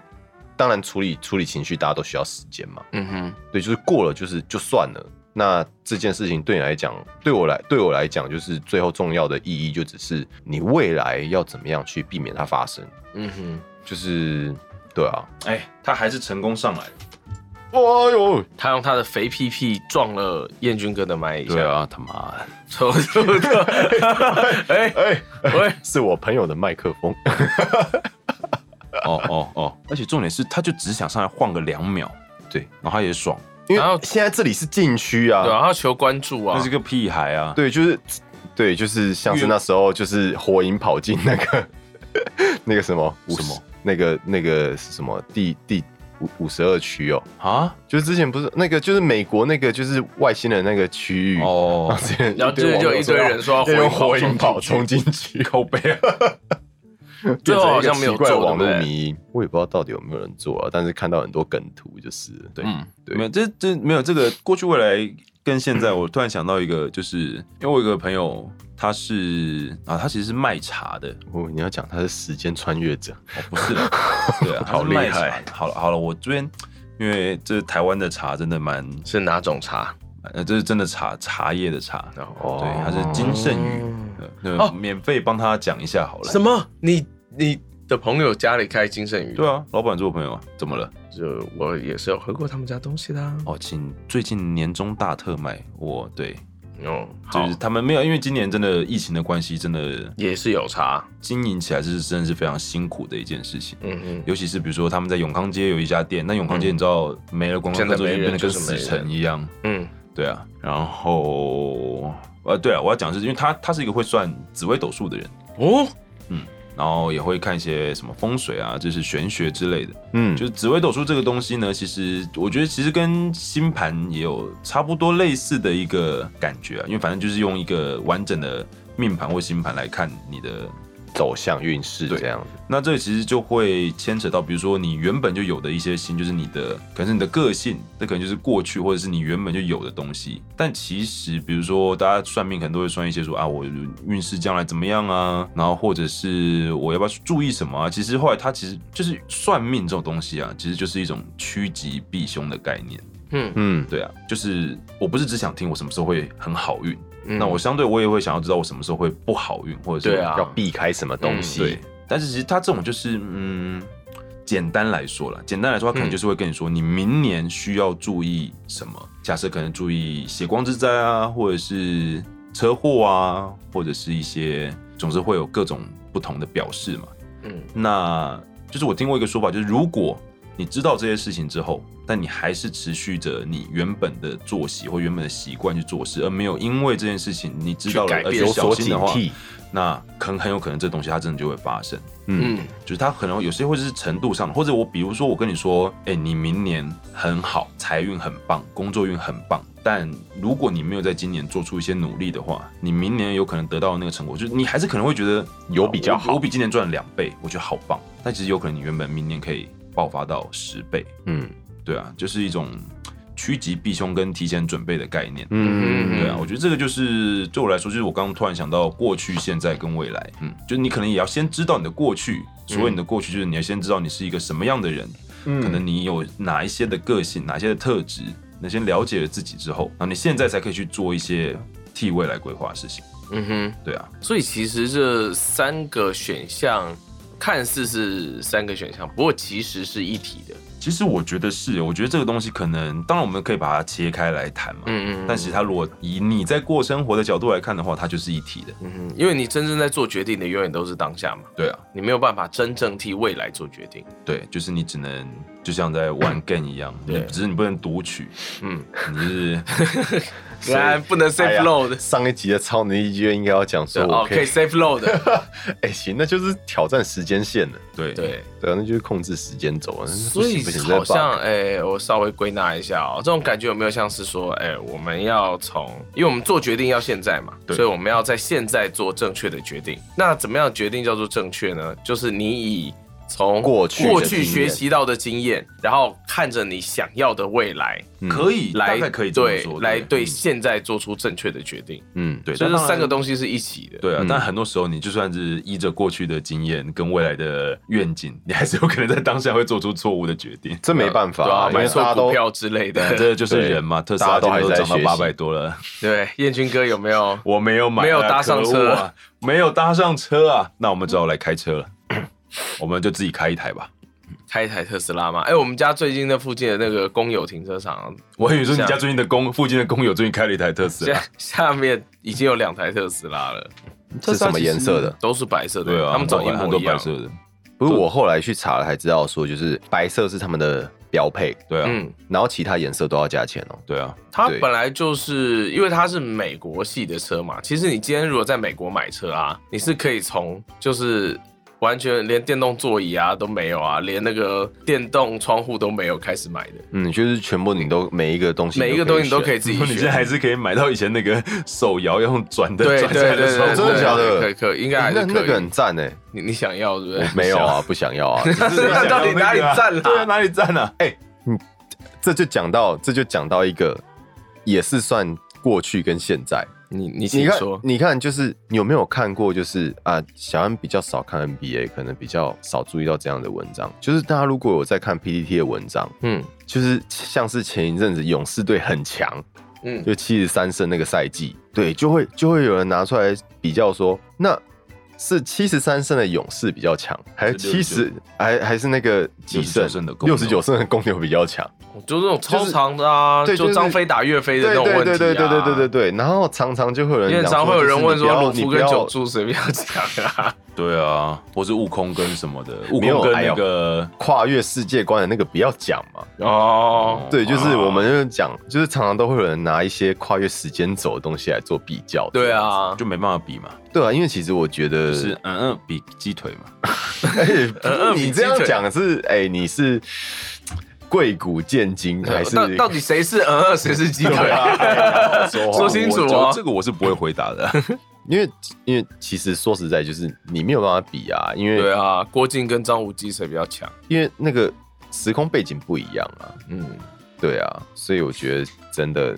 Speaker 1: 当然处理处理情绪，大家都需要时间嘛，
Speaker 4: 嗯哼，
Speaker 1: 对，就是过了就是就算了。那这件事情对你来讲，对我来对我来讲，就是最后重要的意义，就只是你未来要怎么样去避免它发生，
Speaker 4: 嗯哼，
Speaker 1: 就是对啊，
Speaker 3: 哎，他还是成功上来了。
Speaker 1: 哎呦，
Speaker 4: 他用他的肥屁屁撞了燕军哥的麦一下，啊
Speaker 3: 对， 啊，他妈的，
Speaker 4: 抽抽的，哎
Speaker 1: 哎、
Speaker 4: 喂，
Speaker 1: 是我朋友的麦克风，
Speaker 3: 哦哦哦！而且重点是，他就只想上来晃个两秒，对，然后他也爽，
Speaker 1: 因
Speaker 4: 然后
Speaker 1: 为现在这里是禁区啊，
Speaker 4: 对啊，他求关注啊
Speaker 3: 那是，个屁孩啊！
Speaker 1: 对，就是对，就是像是那时候就是火影跑进那个 那个什么五十
Speaker 3: 什么
Speaker 1: 那个那个是什么第第五五十二区哦，
Speaker 3: 啊，
Speaker 1: 就是之前不是那个就是美国那个就是外星人那个区域。
Speaker 3: 哦，
Speaker 1: 之前
Speaker 4: 然后
Speaker 1: 一堆
Speaker 4: 就就
Speaker 1: 网友
Speaker 4: 一堆人说要
Speaker 1: 要用火
Speaker 4: 火影
Speaker 1: 影跑
Speaker 4: 跑
Speaker 1: 冲进去，
Speaker 3: 口碑啊，
Speaker 4: 最后好
Speaker 1: 变
Speaker 4: 像
Speaker 1: 成
Speaker 4: 没
Speaker 1: 一个奇
Speaker 4: 有
Speaker 1: 怪的
Speaker 4: 做，对
Speaker 1: 网
Speaker 4: 不
Speaker 1: 络
Speaker 4: 对？
Speaker 1: 迷，我也不知道到底有没有人做啊，但是看到很多梗图就是了对，
Speaker 3: 嗯，
Speaker 1: 对
Speaker 3: 没有这这没有这个过去未来跟现在，我突然想到一个，就是因为我有个朋友，他是啊，他其实是卖茶的，
Speaker 1: 哦，你要讲他是时间穿越者，
Speaker 3: 哦不 是啦，对啊，
Speaker 1: 好
Speaker 3: 他是卖
Speaker 1: 厉害
Speaker 3: 茶的。好了好了，我这边因为这台湾的茶真的蛮，
Speaker 4: 是哪种茶？
Speaker 3: 呃，这是真的茶茶叶的茶，
Speaker 4: 然后
Speaker 1: 哦
Speaker 3: 对，他是金圣宇，呃那
Speaker 4: 哦
Speaker 3: 免费帮他讲一下好了。
Speaker 4: 什？么？你你的朋友家里开金圣宇？
Speaker 3: 对啊，老板是我朋友啊，怎么了？
Speaker 4: 就我也是有喝过他们家东西的、啊。
Speaker 3: 哦，请最近年终大特卖，我对，
Speaker 4: 哦，好，
Speaker 3: 就是他们没有，因为今年真的疫情的关系，真的
Speaker 4: 也是有茶。
Speaker 3: 经营起来是真的是非常辛苦的一件事情。
Speaker 4: 嗯
Speaker 3: 尤其是比如说他们在永康街有一家店，那永康街你知道没了观光
Speaker 4: 现在
Speaker 3: 客之后
Speaker 4: 嗯没
Speaker 3: 就变得
Speaker 4: 人
Speaker 3: 跟
Speaker 4: 就是
Speaker 3: 死
Speaker 4: 没
Speaker 3: 城
Speaker 4: 人
Speaker 3: 一样，
Speaker 4: 嗯嗯，
Speaker 3: 对啊。然后呃，对啊，我要讲的是，因为他他是一个会算紫微斗数的人，
Speaker 4: 哦，
Speaker 3: 嗯然后也会看一些什么风水啊，就是玄学之类的。
Speaker 1: 嗯，
Speaker 3: 就是紫微斗数这个东西呢，其实我觉得其实跟星盘也有差不多类似的一个感觉啊，因为反正就是用一个完整的命盘或星盘来看你的
Speaker 1: 走向运势
Speaker 3: 对
Speaker 1: 这样子，
Speaker 3: 那这其实就会牵扯到，比如说你原本就有的一些心，就是你的可能是你的个性，这可能就是过去或者是你原本就有的东西。但其实，比如说大家算命可能都会算一些说啊，我运势将来怎么样啊，然后或者是我要不要去注意什么啊。其实后来它其实就是算命这种东西啊，其实就是一种趋吉避凶的概念。
Speaker 4: 嗯
Speaker 1: 嗯，
Speaker 3: 对啊，就是我不是只想听我什么时候会很好运，
Speaker 4: 嗯
Speaker 3: 那我相对我也会想要知道我什么时候会不好运，或者是
Speaker 4: 对啊
Speaker 1: 要避开什么东
Speaker 4: 嗯
Speaker 1: 西
Speaker 3: 对，，但是其实他这种就是嗯，简单来说了，简单来说，他
Speaker 4: 嗯
Speaker 3: 可能就是会跟你说，你明年需要注意什么？假设可能注意血光之灾啊，或者是车祸啊，或者是一些，总之会有各种不同的表示嘛。
Speaker 4: 嗯
Speaker 3: 那就是我听过一个说法，就是如果你知道这些事情之后，但你还是持续着你原本的作息或原本的习惯去做事，而没有因为这件事情你知道
Speaker 4: 去
Speaker 3: 了
Speaker 4: 改
Speaker 3: 而
Speaker 4: 变
Speaker 3: 且
Speaker 1: 有
Speaker 3: 小
Speaker 1: 所
Speaker 3: 心
Speaker 1: 警
Speaker 3: 的话，
Speaker 1: 惕，
Speaker 3: 那很很有可能这东西它真的就会发生。
Speaker 1: 嗯，
Speaker 4: 嗯
Speaker 3: 就是它可能有些会是程度上的，或者我比如说我跟你说，哎、你明年很好，财运很棒，工作运很棒，但如果你没有在今年做出一些努力的话，你明年有可能得到的那个成果，就是你还是可能会觉得
Speaker 1: 有比较好
Speaker 3: 我，我比今年赚了两倍，我觉得好棒，但其实有可能你原本明年可以爆发到十倍，
Speaker 1: 嗯
Speaker 3: 对啊，就是一种趋吉避凶跟提前准备的概念。
Speaker 1: 嗯
Speaker 3: 对啊，
Speaker 4: 嗯
Speaker 3: 我觉得这个就是对我来说，就是我刚刚突然想到过去、现在跟未来，嗯，就是你可能也要先知道你的过去，所谓你的过去就是你要先知道你是一个什么样的人，
Speaker 1: 嗯，
Speaker 3: 可能你有哪一些的个性，哪一些的特质，你先了解了自己之后，然后你现在才可以去做一些替未来规划的事情，
Speaker 4: 嗯哼。
Speaker 3: 对啊，
Speaker 4: 所以其实这三个选项看似是三个选项，不过其实是一体的。
Speaker 3: 其实我觉得是，我觉得这个东西可能，当然我们可以把它切开来谈嘛，
Speaker 4: 嗯嗯嗯
Speaker 3: 但是它如果以你在过生活的角度来看的话，它就是一体的，
Speaker 4: 嗯哼，因为你真正在做决定的永远都是当下嘛，
Speaker 3: 对啊，
Speaker 4: 你没有办法真正替未来做决定。
Speaker 3: 对，就是你只能就像在 玩 game 一样，
Speaker 4: 对
Speaker 3: 你只是你不能读取，
Speaker 4: 嗯，
Speaker 3: 你就 是
Speaker 4: 来不能
Speaker 1: 哎
Speaker 4: safe
Speaker 1: 呀
Speaker 4: load，、
Speaker 1: 上一集的超能力就应该要讲
Speaker 4: 对
Speaker 1: 说，
Speaker 4: 哦
Speaker 1: 我，可
Speaker 4: 可以
Speaker 1: 以，
Speaker 4: safe load，
Speaker 1: 哎，行，那就是挑战时间线了，
Speaker 3: 对
Speaker 4: 对。
Speaker 1: 对啊，那就是控制时间轴啊，那不
Speaker 4: 所以
Speaker 1: 行不行，
Speaker 4: 好
Speaker 1: 这
Speaker 4: 像
Speaker 1: bug
Speaker 4: 哎、我稍微归纳一下哦，这种感觉有没有像是说，哎、我们要从，因为我们做决定要现在嘛，
Speaker 3: 对
Speaker 4: 所以我们要在现在做正确的决定。那怎么样决定叫做正确呢？就是你以从
Speaker 1: 过去的
Speaker 4: 过去
Speaker 1: 经
Speaker 4: 学
Speaker 1: 验
Speaker 4: 习到的经验，然后看着你想要的未来
Speaker 3: 可以
Speaker 4: 来
Speaker 3: 嗯大概可以这么
Speaker 4: 对
Speaker 3: 说，
Speaker 4: 来对
Speaker 3: 嗯
Speaker 4: 现在做出正确的决定。
Speaker 1: 嗯，
Speaker 3: 对，
Speaker 4: 所
Speaker 3: 但
Speaker 4: 以这
Speaker 3: 当然
Speaker 4: 三个嗯东西是一起的。
Speaker 3: 对啊，但很多时候你就算是依着过去的经验跟未来的愿景，你还是有可能在当下会做出错误的决定。
Speaker 1: 这没办法
Speaker 4: 对啊，
Speaker 1: 啊，因
Speaker 4: 买
Speaker 1: 为
Speaker 4: 错
Speaker 1: 大家
Speaker 4: 股
Speaker 1: 都
Speaker 4: 票之类
Speaker 3: 对，
Speaker 4: 的。
Speaker 3: 这就是人嘛，特斯拉
Speaker 1: 大家都还
Speaker 3: 今天
Speaker 1: 在
Speaker 3: 涨到
Speaker 1: 学习
Speaker 3: 八百多了，
Speaker 4: 对，燕军哥有没有？
Speaker 3: 我没有买啊，
Speaker 4: 没有搭上车
Speaker 3: 可恶啊，没有搭上车啊，那我们只好来开车了，我们就自己开一台吧。
Speaker 4: 开一台特斯拉嘛？哎、我们家最近那附近的那个公有停车场，
Speaker 3: 我以为说你
Speaker 4: 像
Speaker 3: 家最近的工附近的工友最近开了一台特斯拉
Speaker 4: 下， 下面已经有两台特斯拉了，
Speaker 1: 是什么颜色的？？
Speaker 4: 都是白色的，
Speaker 3: 对啊，
Speaker 4: 他们找一
Speaker 3: 很
Speaker 4: 模
Speaker 3: 多
Speaker 4: 一
Speaker 3: 白
Speaker 4: 样。
Speaker 3: 色的，
Speaker 1: 不是我后来去查了才知道，说就是白色是他们的标配，
Speaker 3: 对啊，
Speaker 4: 嗯，
Speaker 1: 然后其他颜色都要加钱哦。
Speaker 3: 对啊，
Speaker 4: 它
Speaker 1: 对
Speaker 4: 本来就是因为它是美国系的车嘛。其实你今天如果在美国买车啊，你是可以从就是完全连电动座椅啊都没有啊，连那个电动窗户都没有，开始买的。
Speaker 1: 嗯，就是全部你都每一个东西，
Speaker 4: 每一个东西你都可以。自己
Speaker 3: 你现在
Speaker 4: 选，
Speaker 3: 还是可以买到以前那个手摇要用转的
Speaker 4: 对
Speaker 3: 转
Speaker 4: 对
Speaker 3: 下来
Speaker 4: 对
Speaker 3: 的
Speaker 4: 对
Speaker 3: 手
Speaker 4: 对，
Speaker 1: 真的
Speaker 4: 对
Speaker 1: 假的
Speaker 4: 可以可以，应该还
Speaker 1: 那
Speaker 4: 是
Speaker 1: 那
Speaker 4: 可
Speaker 1: 个
Speaker 4: 以
Speaker 1: 很。赞哎，
Speaker 4: 你你想要对不对？
Speaker 1: 没有啊，不想 要啊。
Speaker 4: 但是那到底哪里占了？
Speaker 3: 对啊，哪里站了？哎，
Speaker 1: 这就讲到，这就讲到一个，也是算过去跟现在。
Speaker 4: 你你
Speaker 1: 你
Speaker 4: 请
Speaker 1: 看
Speaker 4: 说，，
Speaker 1: 你看，就是你有没有看过？就是啊，小安比较少看 NBA，可能比较少注意到这样的文章。就是大家如果有在看 PPT 的文章，
Speaker 4: 嗯
Speaker 1: 就是像是前一阵子勇士队很强，
Speaker 4: 嗯，
Speaker 1: 就七十三胜那个赛季，对，就会就会有人拿出来比较说，那是七十三胜的勇士比较强，还是七十
Speaker 3: 69
Speaker 1: 还还是那个几胜
Speaker 3: 69胜的公牛
Speaker 1: 六十九胜的公牛比较强？
Speaker 4: 就这种超长的啊，
Speaker 1: 就是对
Speaker 4: 就
Speaker 1: 就是
Speaker 4: 张飞打岳飞的
Speaker 1: 对对
Speaker 4: 那种问
Speaker 1: 对
Speaker 4: 题啊。
Speaker 1: 对对对对对对。然后常常就会有人
Speaker 4: 因为
Speaker 1: 讲说，
Speaker 4: 常会有人问说
Speaker 1: 就是
Speaker 4: 鲁
Speaker 1: 你
Speaker 4: 夫
Speaker 1: 不
Speaker 4: 跟
Speaker 1: 要
Speaker 4: 九柱谁比较强啊？
Speaker 3: 对啊，或是悟空跟什么的，悟
Speaker 1: 没有
Speaker 3: 空跟
Speaker 1: 哎呦
Speaker 3: 那个
Speaker 1: 跨越世界观的那个不要讲嘛。
Speaker 4: 哦，
Speaker 1: 对，就是我们就是讲，就是常常都会有人拿一些跨越时间轴的东西来做比较。
Speaker 4: 对，啊，
Speaker 3: 就没办法比嘛，
Speaker 1: 对啊，因为其实我觉得
Speaker 3: 就是嗯嗯比鸡腿嘛，
Speaker 1: 哎不是你这样
Speaker 4: 比鸡腿
Speaker 1: 讲是哎，你是贵骨见金还是
Speaker 4: 到到底谁是嗯二谁是鸡腿啊？ 说清楚
Speaker 3: 我
Speaker 4: 哦
Speaker 3: 我这。个我是不会回答的。
Speaker 1: 因为因为其实说实在，就是你没有办法比啊，因
Speaker 4: 对
Speaker 1: 为
Speaker 4: 啊，郭靖跟张无忌谁比较强？
Speaker 1: 因为那个时空背景不一样啊，
Speaker 4: 嗯，
Speaker 1: 对啊，所以我觉得真的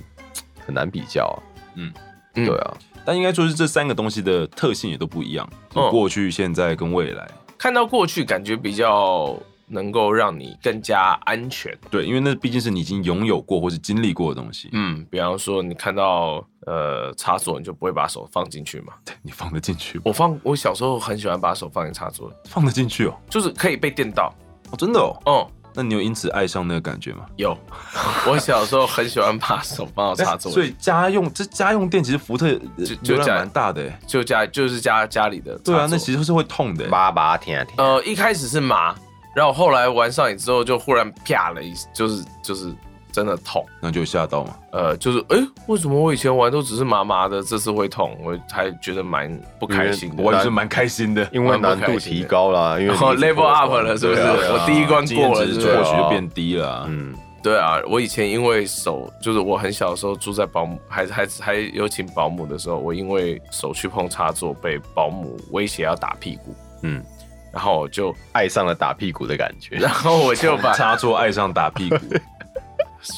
Speaker 1: 很难比较啊。
Speaker 3: 嗯
Speaker 4: 嗯
Speaker 1: 对啊，
Speaker 3: 但应该说是这三个东西的特性也都不一样，就
Speaker 4: 嗯
Speaker 3: 过去、现在跟未来。
Speaker 4: 看到过去感觉比较能够让你更加安全。
Speaker 3: 对，因为那毕竟是你已经拥有过或是经历过的东西，
Speaker 4: 嗯，比方说你看到呃插座，你就不会把手放进去嘛。
Speaker 3: 你放得进去吗？
Speaker 4: 我放我小时候很喜欢把手放进插座，
Speaker 3: 放得进去哦，
Speaker 4: 就是可以被电到。
Speaker 3: 哦，真的哦。
Speaker 4: 哦、
Speaker 3: 那你有因此爱上那个感觉吗？
Speaker 4: 有， 我小时候很喜欢把手放到插座里，
Speaker 3: 哎所以家用这家用电其实福特呃
Speaker 4: 就
Speaker 3: 流量
Speaker 4: 家
Speaker 3: 蛮大的欸，
Speaker 4: 就家就是家家里的插座。
Speaker 3: 对啊，那其实是会痛的欸。
Speaker 1: 叭叭听听。
Speaker 4: 呃一开始是麻，然后后来玩上瘾之后就忽然啪了一，就是就是真的痛。
Speaker 3: 那就吓到嘛。
Speaker 4: 呃，就是哎、诶为什么我以前玩都只是麻麻的，这次会痛，我还觉得蛮不开心的。
Speaker 3: 我也是蛮开心的，
Speaker 1: 因为难度提高啦，因为
Speaker 4: 然
Speaker 1: 你
Speaker 4: 后
Speaker 1: 一直
Speaker 4: 哦 level
Speaker 1: 破
Speaker 4: up 了，是不是？
Speaker 1: 对啊
Speaker 4: 我第一关
Speaker 3: 经验
Speaker 4: 过了，
Speaker 3: 值
Speaker 4: 是不
Speaker 3: 或
Speaker 4: 是？
Speaker 3: 许就变低了啊。
Speaker 1: 嗯，
Speaker 4: 对啊，我以前因为手，就是我很小的时候住在保姆，还还还有请保姆的时候，我因为手去碰插座，被保姆威胁要打屁股，
Speaker 1: 嗯，
Speaker 4: 然后我就，
Speaker 1: 爱上了打屁股的感觉
Speaker 4: 然。后我就把
Speaker 3: 插座爱上打 屁股，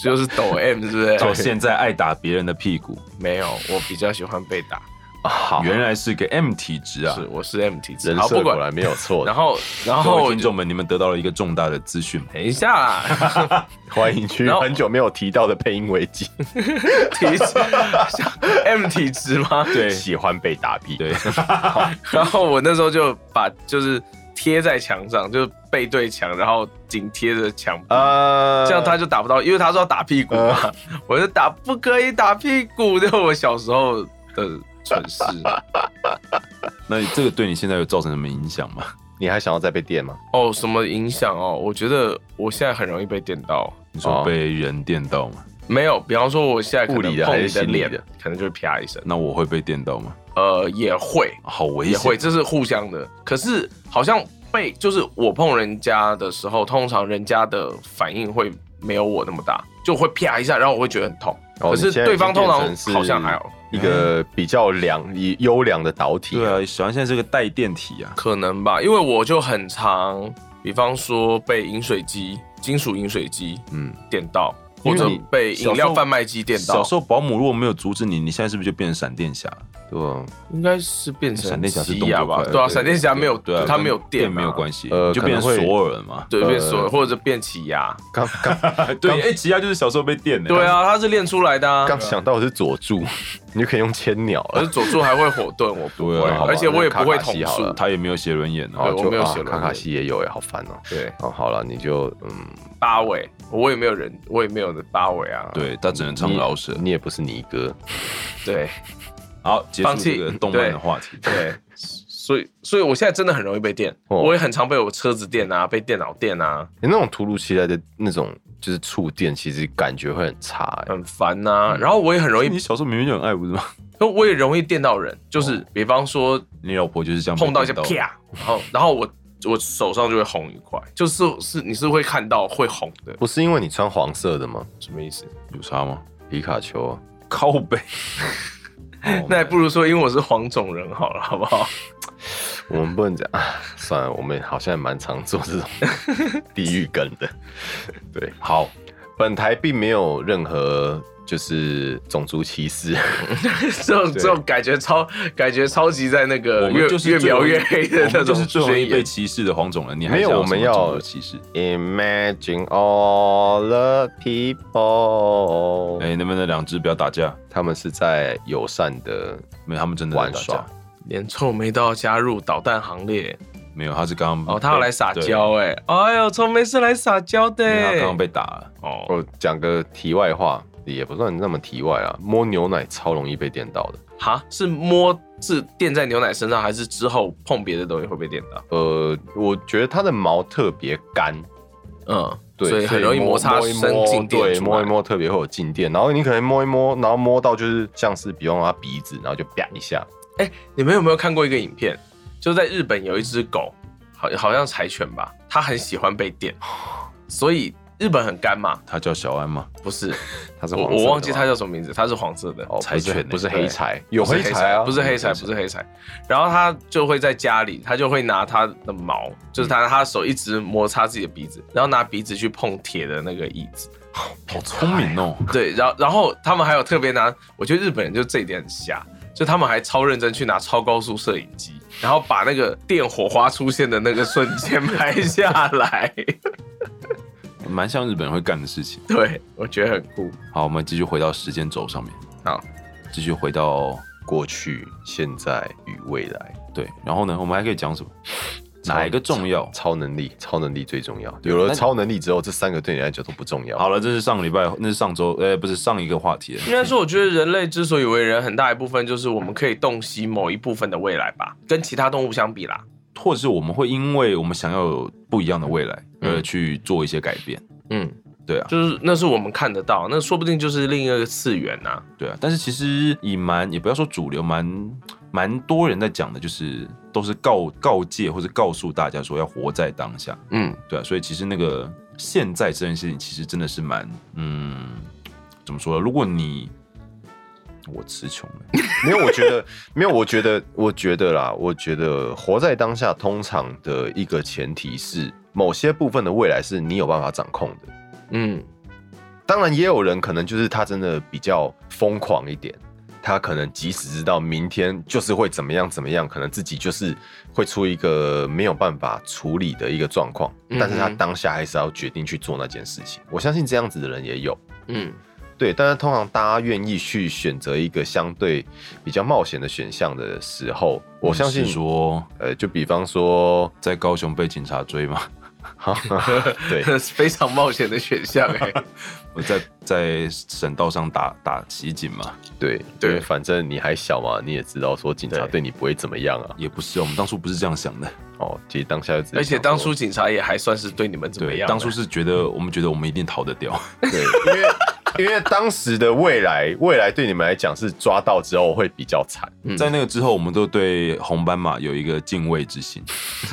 Speaker 4: 就是抖 M，是不是？
Speaker 3: 到现在爱打别人的屁股，
Speaker 4: 没有，我比较喜欢被打，
Speaker 1: 好，
Speaker 3: 原来是个 M 体质啊
Speaker 4: 是。我是 M 体质，
Speaker 1: 人
Speaker 4: 好
Speaker 1: 设
Speaker 4: 不
Speaker 1: 果
Speaker 4: 管
Speaker 1: 然。没有错。
Speaker 4: 然后，然
Speaker 3: 各位
Speaker 4: 后
Speaker 3: 听众们，你们得到了一个重大的资讯。
Speaker 4: 等一下 啦，
Speaker 1: 欢迎去
Speaker 4: 然后
Speaker 1: 很久没有提到的配音危机，
Speaker 4: 体质 M 体质吗？
Speaker 3: 对
Speaker 1: 喜欢被打屁。
Speaker 3: 对，
Speaker 4: 然后我那时候就把就是贴在墙上，就是背对墙，然后紧贴着墙壁，
Speaker 1: 呃，
Speaker 4: 这样他就打不到，因为他说要打屁股嘛， 我就打不可以打屁股，就我小时候的蠢事。
Speaker 3: 那这个对你现在有造成什么影响吗？
Speaker 1: 你还想要再被电吗？
Speaker 4: 哦，什么影响哦？我觉得我现在很容易被电到。
Speaker 3: 你说被人电到吗？
Speaker 4: 没有，比方说我现在可
Speaker 1: 物
Speaker 4: 能
Speaker 1: 理的还
Speaker 4: 碰
Speaker 1: 是
Speaker 4: 你的
Speaker 1: 心理
Speaker 4: 脸
Speaker 1: 的，
Speaker 4: 可能就会啪一声。
Speaker 3: 那我会被电到吗？
Speaker 4: 呃，也会，
Speaker 3: 好危
Speaker 4: 也
Speaker 3: 险！啊
Speaker 4: 会，这是互相的。可是好像被就是我碰人家的时候，通常人家的反应会没有我那么大，就会啪一下，然后我会觉得很痛。
Speaker 1: 哦
Speaker 4: 可是
Speaker 1: 你现在
Speaker 4: 对方通
Speaker 1: 已经变成
Speaker 4: 常
Speaker 1: 是
Speaker 4: 好像还好，嗯
Speaker 1: 一个比较良、以优良的导体。
Speaker 3: 对啊，小安现在是个带电体啊。
Speaker 4: 可能吧，因为我就很常，比方说被饮水机、金属饮水机
Speaker 3: 嗯，
Speaker 4: 电到，
Speaker 1: 因
Speaker 4: 或
Speaker 1: 为
Speaker 4: 者
Speaker 1: 你
Speaker 4: 被饮
Speaker 3: 小时
Speaker 4: 料
Speaker 3: 候
Speaker 4: 贩卖机电
Speaker 3: 小
Speaker 4: 到
Speaker 3: 时，候保姆如果没有阻止你，你现在是不是就变成闪电侠？
Speaker 1: 对啊，
Speaker 4: 应该是变成
Speaker 3: 闪电侠是
Speaker 4: 奇
Speaker 3: 动
Speaker 4: 亚
Speaker 3: 作
Speaker 4: 吧
Speaker 3: 快？的，
Speaker 4: 对啊，闪电侠没有，
Speaker 3: 对啊，
Speaker 4: 他没有
Speaker 3: 跟
Speaker 4: 电，
Speaker 3: 没有
Speaker 4: 系，
Speaker 3: 关系，
Speaker 1: 呃
Speaker 3: 你就变
Speaker 1: 可
Speaker 3: 成
Speaker 1: 能会
Speaker 3: 索尔嘛。
Speaker 4: 对，变锁
Speaker 1: 呃
Speaker 4: 或者变奇亚，
Speaker 1: 刚 刚
Speaker 3: 对，哎，奇亚就是小时候被电的。
Speaker 4: 啊对，啊，他是练出来的啊。
Speaker 1: 刚想到的是佐助，你就可以用千鸟
Speaker 4: 可
Speaker 1: 了
Speaker 4: 是。佐助还会火遁，我不会
Speaker 3: 对啊好，吧
Speaker 4: 而且我也不会统
Speaker 1: 那卡卡西好
Speaker 4: 术
Speaker 1: 了。
Speaker 3: 他也没有写轮眼
Speaker 4: 对
Speaker 3: 啊。
Speaker 1: 哦
Speaker 4: 我
Speaker 1: 就
Speaker 4: 没有
Speaker 1: 啊
Speaker 4: 写轮
Speaker 1: 卡卡
Speaker 4: 眼
Speaker 1: 西也有哎，好烦哦。
Speaker 4: 对，
Speaker 1: 哦，好了，你就嗯，
Speaker 4: 八尾我也没有人，我也没有人八尾啊。
Speaker 3: 对他只能唱
Speaker 1: 你
Speaker 3: 老舍。
Speaker 1: 你也不是尼哥，
Speaker 4: 对
Speaker 3: 好，结束
Speaker 4: 放弃
Speaker 3: 这个动漫的话题。
Speaker 4: 对，所以所以我现在真的很容易被电，
Speaker 1: 哦
Speaker 4: 我也很常被我车子电啊，被电脑电啊，
Speaker 1: 你那种突如其来的那种就是触电，其实感觉会很差。哎
Speaker 3: 嗯
Speaker 4: 很烦呐、然后我也很容易
Speaker 3: 哎 你，小时候明明就很爱，不是吗？
Speaker 4: 可我也容易电到人，就是比方说
Speaker 3: 你老婆就是这样被
Speaker 4: 碰到一下
Speaker 3: 哦电
Speaker 4: 啪，然后然后我我手上就会红一块，就是是你是会看到会红的，
Speaker 1: 不是因为你穿黄色的吗？
Speaker 4: 什么意思？
Speaker 3: 有差吗？
Speaker 1: 皮卡丘啊，
Speaker 3: 靠背，
Speaker 4: 那还不如说因为我是黄种人好了，好不好？
Speaker 1: 我们不能讲，啊算了，我们好像也蛮常做这种地狱梗的。 对，好，本台并没有任何就是种族歧视，
Speaker 4: 这种这种感觉超感觉超级在那
Speaker 3: 我们
Speaker 4: 个呃越
Speaker 3: 就是
Speaker 4: 越
Speaker 3: 最
Speaker 4: 描
Speaker 3: 容易
Speaker 4: 越黑的
Speaker 3: 我
Speaker 4: 那
Speaker 3: 们就
Speaker 4: 种
Speaker 3: 是最容易
Speaker 4: 宣言
Speaker 3: 被歧视的黄种人。你还
Speaker 1: 没有
Speaker 3: 想
Speaker 1: 我们
Speaker 3: 什么种
Speaker 1: 要
Speaker 3: 族歧视？
Speaker 1: Imagine all the people，、
Speaker 3: 哎，能不能两只不要打架？
Speaker 1: 他们是在友善的，
Speaker 3: 没有，他们真的在打
Speaker 1: 玩
Speaker 3: 架
Speaker 1: 耍。
Speaker 4: 连臭梅都要加入导弹行列
Speaker 3: 没有，他是刚刚
Speaker 4: 哦，他要来撒
Speaker 3: 对
Speaker 4: 娇哎、哎呦，臭梅是来撒娇的、
Speaker 3: 因为他
Speaker 4: 欸，
Speaker 3: 刚刚被打了。
Speaker 4: 哦，
Speaker 1: 我讲个题外话，也不算那么题外啊，摸牛奶超容易被电到的。
Speaker 4: 哈，是摸是垫在牛奶身上，还是之后碰别的东西会被电到？
Speaker 1: 呃，我觉得它的毛特别干，
Speaker 4: 嗯，
Speaker 1: 对，
Speaker 4: 所以很容易
Speaker 1: 摸
Speaker 4: 摩擦
Speaker 1: 摸一摸
Speaker 4: 生静电
Speaker 1: 对，
Speaker 4: 出来
Speaker 1: 摸一摸特别会有静电，然后你可能摸一摸，然后摸到就是像是比方说它鼻子，然后就啪一下，
Speaker 4: 哎你们有没有看过一个影片？就在日本有一只狗，好好像柴犬吧，它很喜欢被 电，所以日本很干嘛？
Speaker 3: 他叫小安吗？
Speaker 4: 不是，
Speaker 1: 它是
Speaker 4: 我
Speaker 1: 黄色的
Speaker 4: 我忘记
Speaker 1: 吗
Speaker 4: 它叫什么名字，它是黄色的，
Speaker 1: 哦
Speaker 3: 柴犬欸
Speaker 1: 不是
Speaker 4: 对
Speaker 1: 黑柴，有黑
Speaker 4: 柴
Speaker 1: 啊，
Speaker 4: 不是黑柴，不是黑柴。然后他就会在家里，他就会拿他的毛，就是他他的手一直摩擦自己的鼻子，然后拿鼻子去碰铁的那个椅子。
Speaker 3: 好聪明哦！
Speaker 4: 对，然后然后他们还有特别拿，我觉得日本人就这一点很瞎，就他们还超认真去拿超高速摄影机，然后把那个电火花出现的那个瞬间 拍下来。哎
Speaker 3: 蛮像日本人会干的事情。
Speaker 4: 对，我觉得很酷。
Speaker 3: 好，我们继续回到时间轴上面，
Speaker 4: 好，
Speaker 3: 继续回到
Speaker 1: 过去、现在与未来，
Speaker 3: 对，然后呢，我们还可以讲 什么？哪一个重要？
Speaker 1: 超能力，超能力最重要。有了
Speaker 3: 那
Speaker 1: 超能力之后，这三个对你来讲都不重要。
Speaker 3: 好了，这是上个礼拜，那是上周，呃，不是上一个话题了。
Speaker 4: 应该说，我觉得人类之所以为人，很大一部分就是我们可以洞悉某一部分的未来吧，跟其他动物相比啦。
Speaker 3: 或者是我们会因为我们想要有不一样的未来，
Speaker 4: 嗯
Speaker 3: 而去做一些改变。
Speaker 4: 嗯，
Speaker 3: 对啊，
Speaker 4: 就是那是我们看得到，那说不定就是另一个次元呐、
Speaker 3: 对啊。但是其实以蛮，也不要说主流，蛮蛮多人在讲的，就是都是告告诫或者告诉大家说要活在当下。
Speaker 4: 嗯，
Speaker 3: 对啊，所以其实那个现在这件事情，其实真的是蛮，嗯，怎么说呢？如果你我词穷了，
Speaker 1: 没有，我觉得没有，我觉得，我觉得啦，我觉得活在当下，通常的一个前提是，某些部分的未来是你有办法掌控的。
Speaker 4: 嗯，
Speaker 1: 当然，也有人可能就是他真的比较疯狂一点，他可能即使知道明天就是会怎么样怎么样，可能自己就是会出一个没有办法处理的一个状况，
Speaker 4: 嗯哼
Speaker 1: 但是他当下还是要决定去做那件事情。我相信这样子的人也有。
Speaker 4: 嗯，
Speaker 1: 对，但是通常大家愿意去选择一个相对比较冒险的选项的时候，我相信
Speaker 3: 你嗯是，说
Speaker 1: 呃，就比方说，
Speaker 3: 在高雄被警察追吗？
Speaker 1: 对，
Speaker 4: 非常冒险的选项 哎、
Speaker 3: 我在在省道上打打袭警嘛？
Speaker 1: 对，
Speaker 4: 对
Speaker 1: 因为反正你还小嘛，你也知道说警察
Speaker 4: 对
Speaker 1: 对你不会怎么样啊。
Speaker 3: 也不是，我们当初不是这样想的。
Speaker 1: 哦，其实当下就直接
Speaker 4: 而且
Speaker 1: 想
Speaker 4: 当
Speaker 1: 说
Speaker 4: 初警察也还算是对你们怎么
Speaker 3: 对，
Speaker 4: 样？啊
Speaker 3: 当初是觉得我们觉得我们一定逃得掉，
Speaker 1: 对，因为 因为当时的未来，未来对你们来讲是抓到之后会比较惨。
Speaker 4: 嗯
Speaker 3: 在那个之后，我们都对红斑马有一个敬畏之心，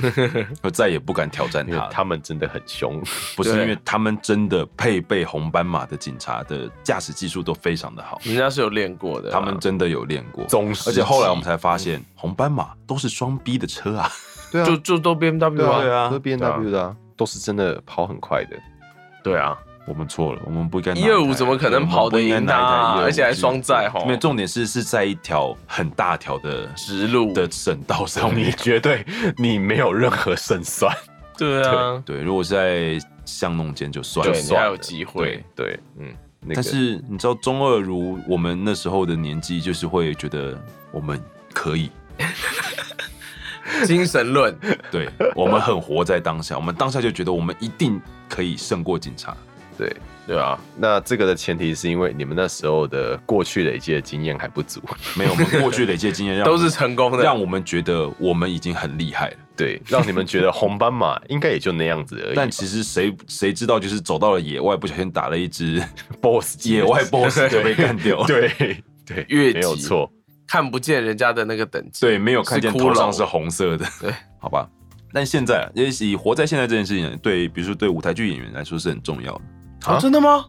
Speaker 3: 就再也不敢挑战
Speaker 1: 因为
Speaker 3: 它。
Speaker 1: 他们真的很凶，
Speaker 3: 不是
Speaker 4: 对
Speaker 3: 因为他们真的配备红斑马的警察的驾驶技术都非常的好，
Speaker 4: 人家是有练过的啦，
Speaker 3: 他们真的有练过。
Speaker 1: 忠实。
Speaker 3: 而且后来我们才发现，红斑马都是双 B 的车啊，
Speaker 1: 对啊，
Speaker 4: 就就都 B M W 啊，
Speaker 3: 对啊
Speaker 1: 都是 B N W 的啊，都是真的跑很快的。
Speaker 4: 对啊，
Speaker 3: 我们错了，我们不应该拿一
Speaker 4: 一
Speaker 3: 台。
Speaker 4: 二五怎么可能跑得
Speaker 3: 我们不应该
Speaker 4: 赢
Speaker 3: 拿一台
Speaker 4: 它
Speaker 3: 125
Speaker 4: 而且还
Speaker 3: 去
Speaker 4: 双载哦嗯吼
Speaker 3: 没有，重点是是在一条很大条的
Speaker 4: 直路
Speaker 3: 的省道上
Speaker 1: 你
Speaker 3: 面。
Speaker 1: 绝对你没有任何胜算。
Speaker 4: 对啊，
Speaker 3: 对，如果是在巷弄间就算了，
Speaker 4: 对你还有机
Speaker 3: 对
Speaker 4: 会，
Speaker 1: 对，嗯，那个
Speaker 3: 但是你知道中二如我们那时候的年纪，就是会觉得我们可以，
Speaker 4: 精神论，
Speaker 3: 对我们很活在当下，我们当下就觉得我们一定可以胜过警察。
Speaker 1: 对。
Speaker 4: 对啊，
Speaker 1: 那这个的前提是因为你们那时候的过去累积的经验还不足，
Speaker 3: 没有，我们过去累积的经验让
Speaker 4: 都
Speaker 3: 我们
Speaker 4: 是成功的，
Speaker 3: 让我们觉得我们已经很厉害了。
Speaker 1: 对，让你们觉得红斑马应该也就那样子而已。
Speaker 3: 但其实谁谁知道，就是走到了野外，不小心打了一只
Speaker 1: boss
Speaker 3: 野外 boss 就被干 掉。
Speaker 1: 对对，
Speaker 4: 越
Speaker 1: 没有
Speaker 4: 级
Speaker 1: 错，
Speaker 4: 看不见人家的那个等级，
Speaker 3: 对，没有看见
Speaker 4: 是骷
Speaker 3: 头
Speaker 4: 髅
Speaker 3: 上是红色的，
Speaker 4: 对，
Speaker 3: 好吧。但现在，也以活在现在这件事情，对，比如说对舞台剧演员来说是很重要的，
Speaker 4: 哦，真的吗？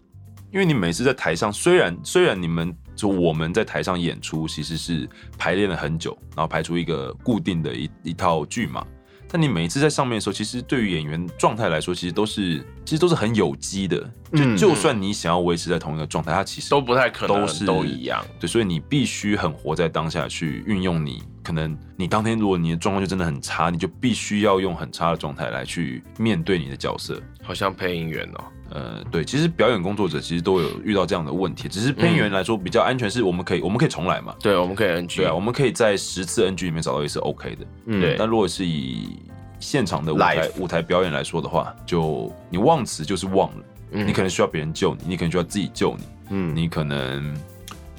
Speaker 3: 因为你每次在台上，虽然虽然你们就我们在台上演出，其实是排练了很久，然后排出一个固定的一一套剧嘛，但你每一次在上面的时候，其实对于演员状态来说，其实都是其实都是很有机的，就
Speaker 1: 嗯
Speaker 3: 就算你想要维持在同一个状态，它其实
Speaker 4: 都不太可能
Speaker 3: 都是
Speaker 4: 都一样。
Speaker 3: 对，所以你必须很活在当下去运用你可能你当天如果你的状况就真的很差，你就必须要用很差的状态来去面对你的角色。
Speaker 4: 好像配音员哦，
Speaker 3: 呃，对，其实表演工作者其实都有遇到这样的问题，只是配音员来说比较安全，是我们可以我们可以重来嘛，
Speaker 4: 对，我们可以 NG，
Speaker 3: 对啊，我们可以在十次 NG 里面找到一次 OK 的。
Speaker 1: 嗯
Speaker 4: 对
Speaker 3: 但如果是以现场的舞台
Speaker 1: Live
Speaker 3: 舞台表演来说的话，就你忘词就是忘了，
Speaker 4: 嗯
Speaker 3: 你可能需要别人救你，你可能需要自己救你，
Speaker 1: 嗯
Speaker 3: 你可能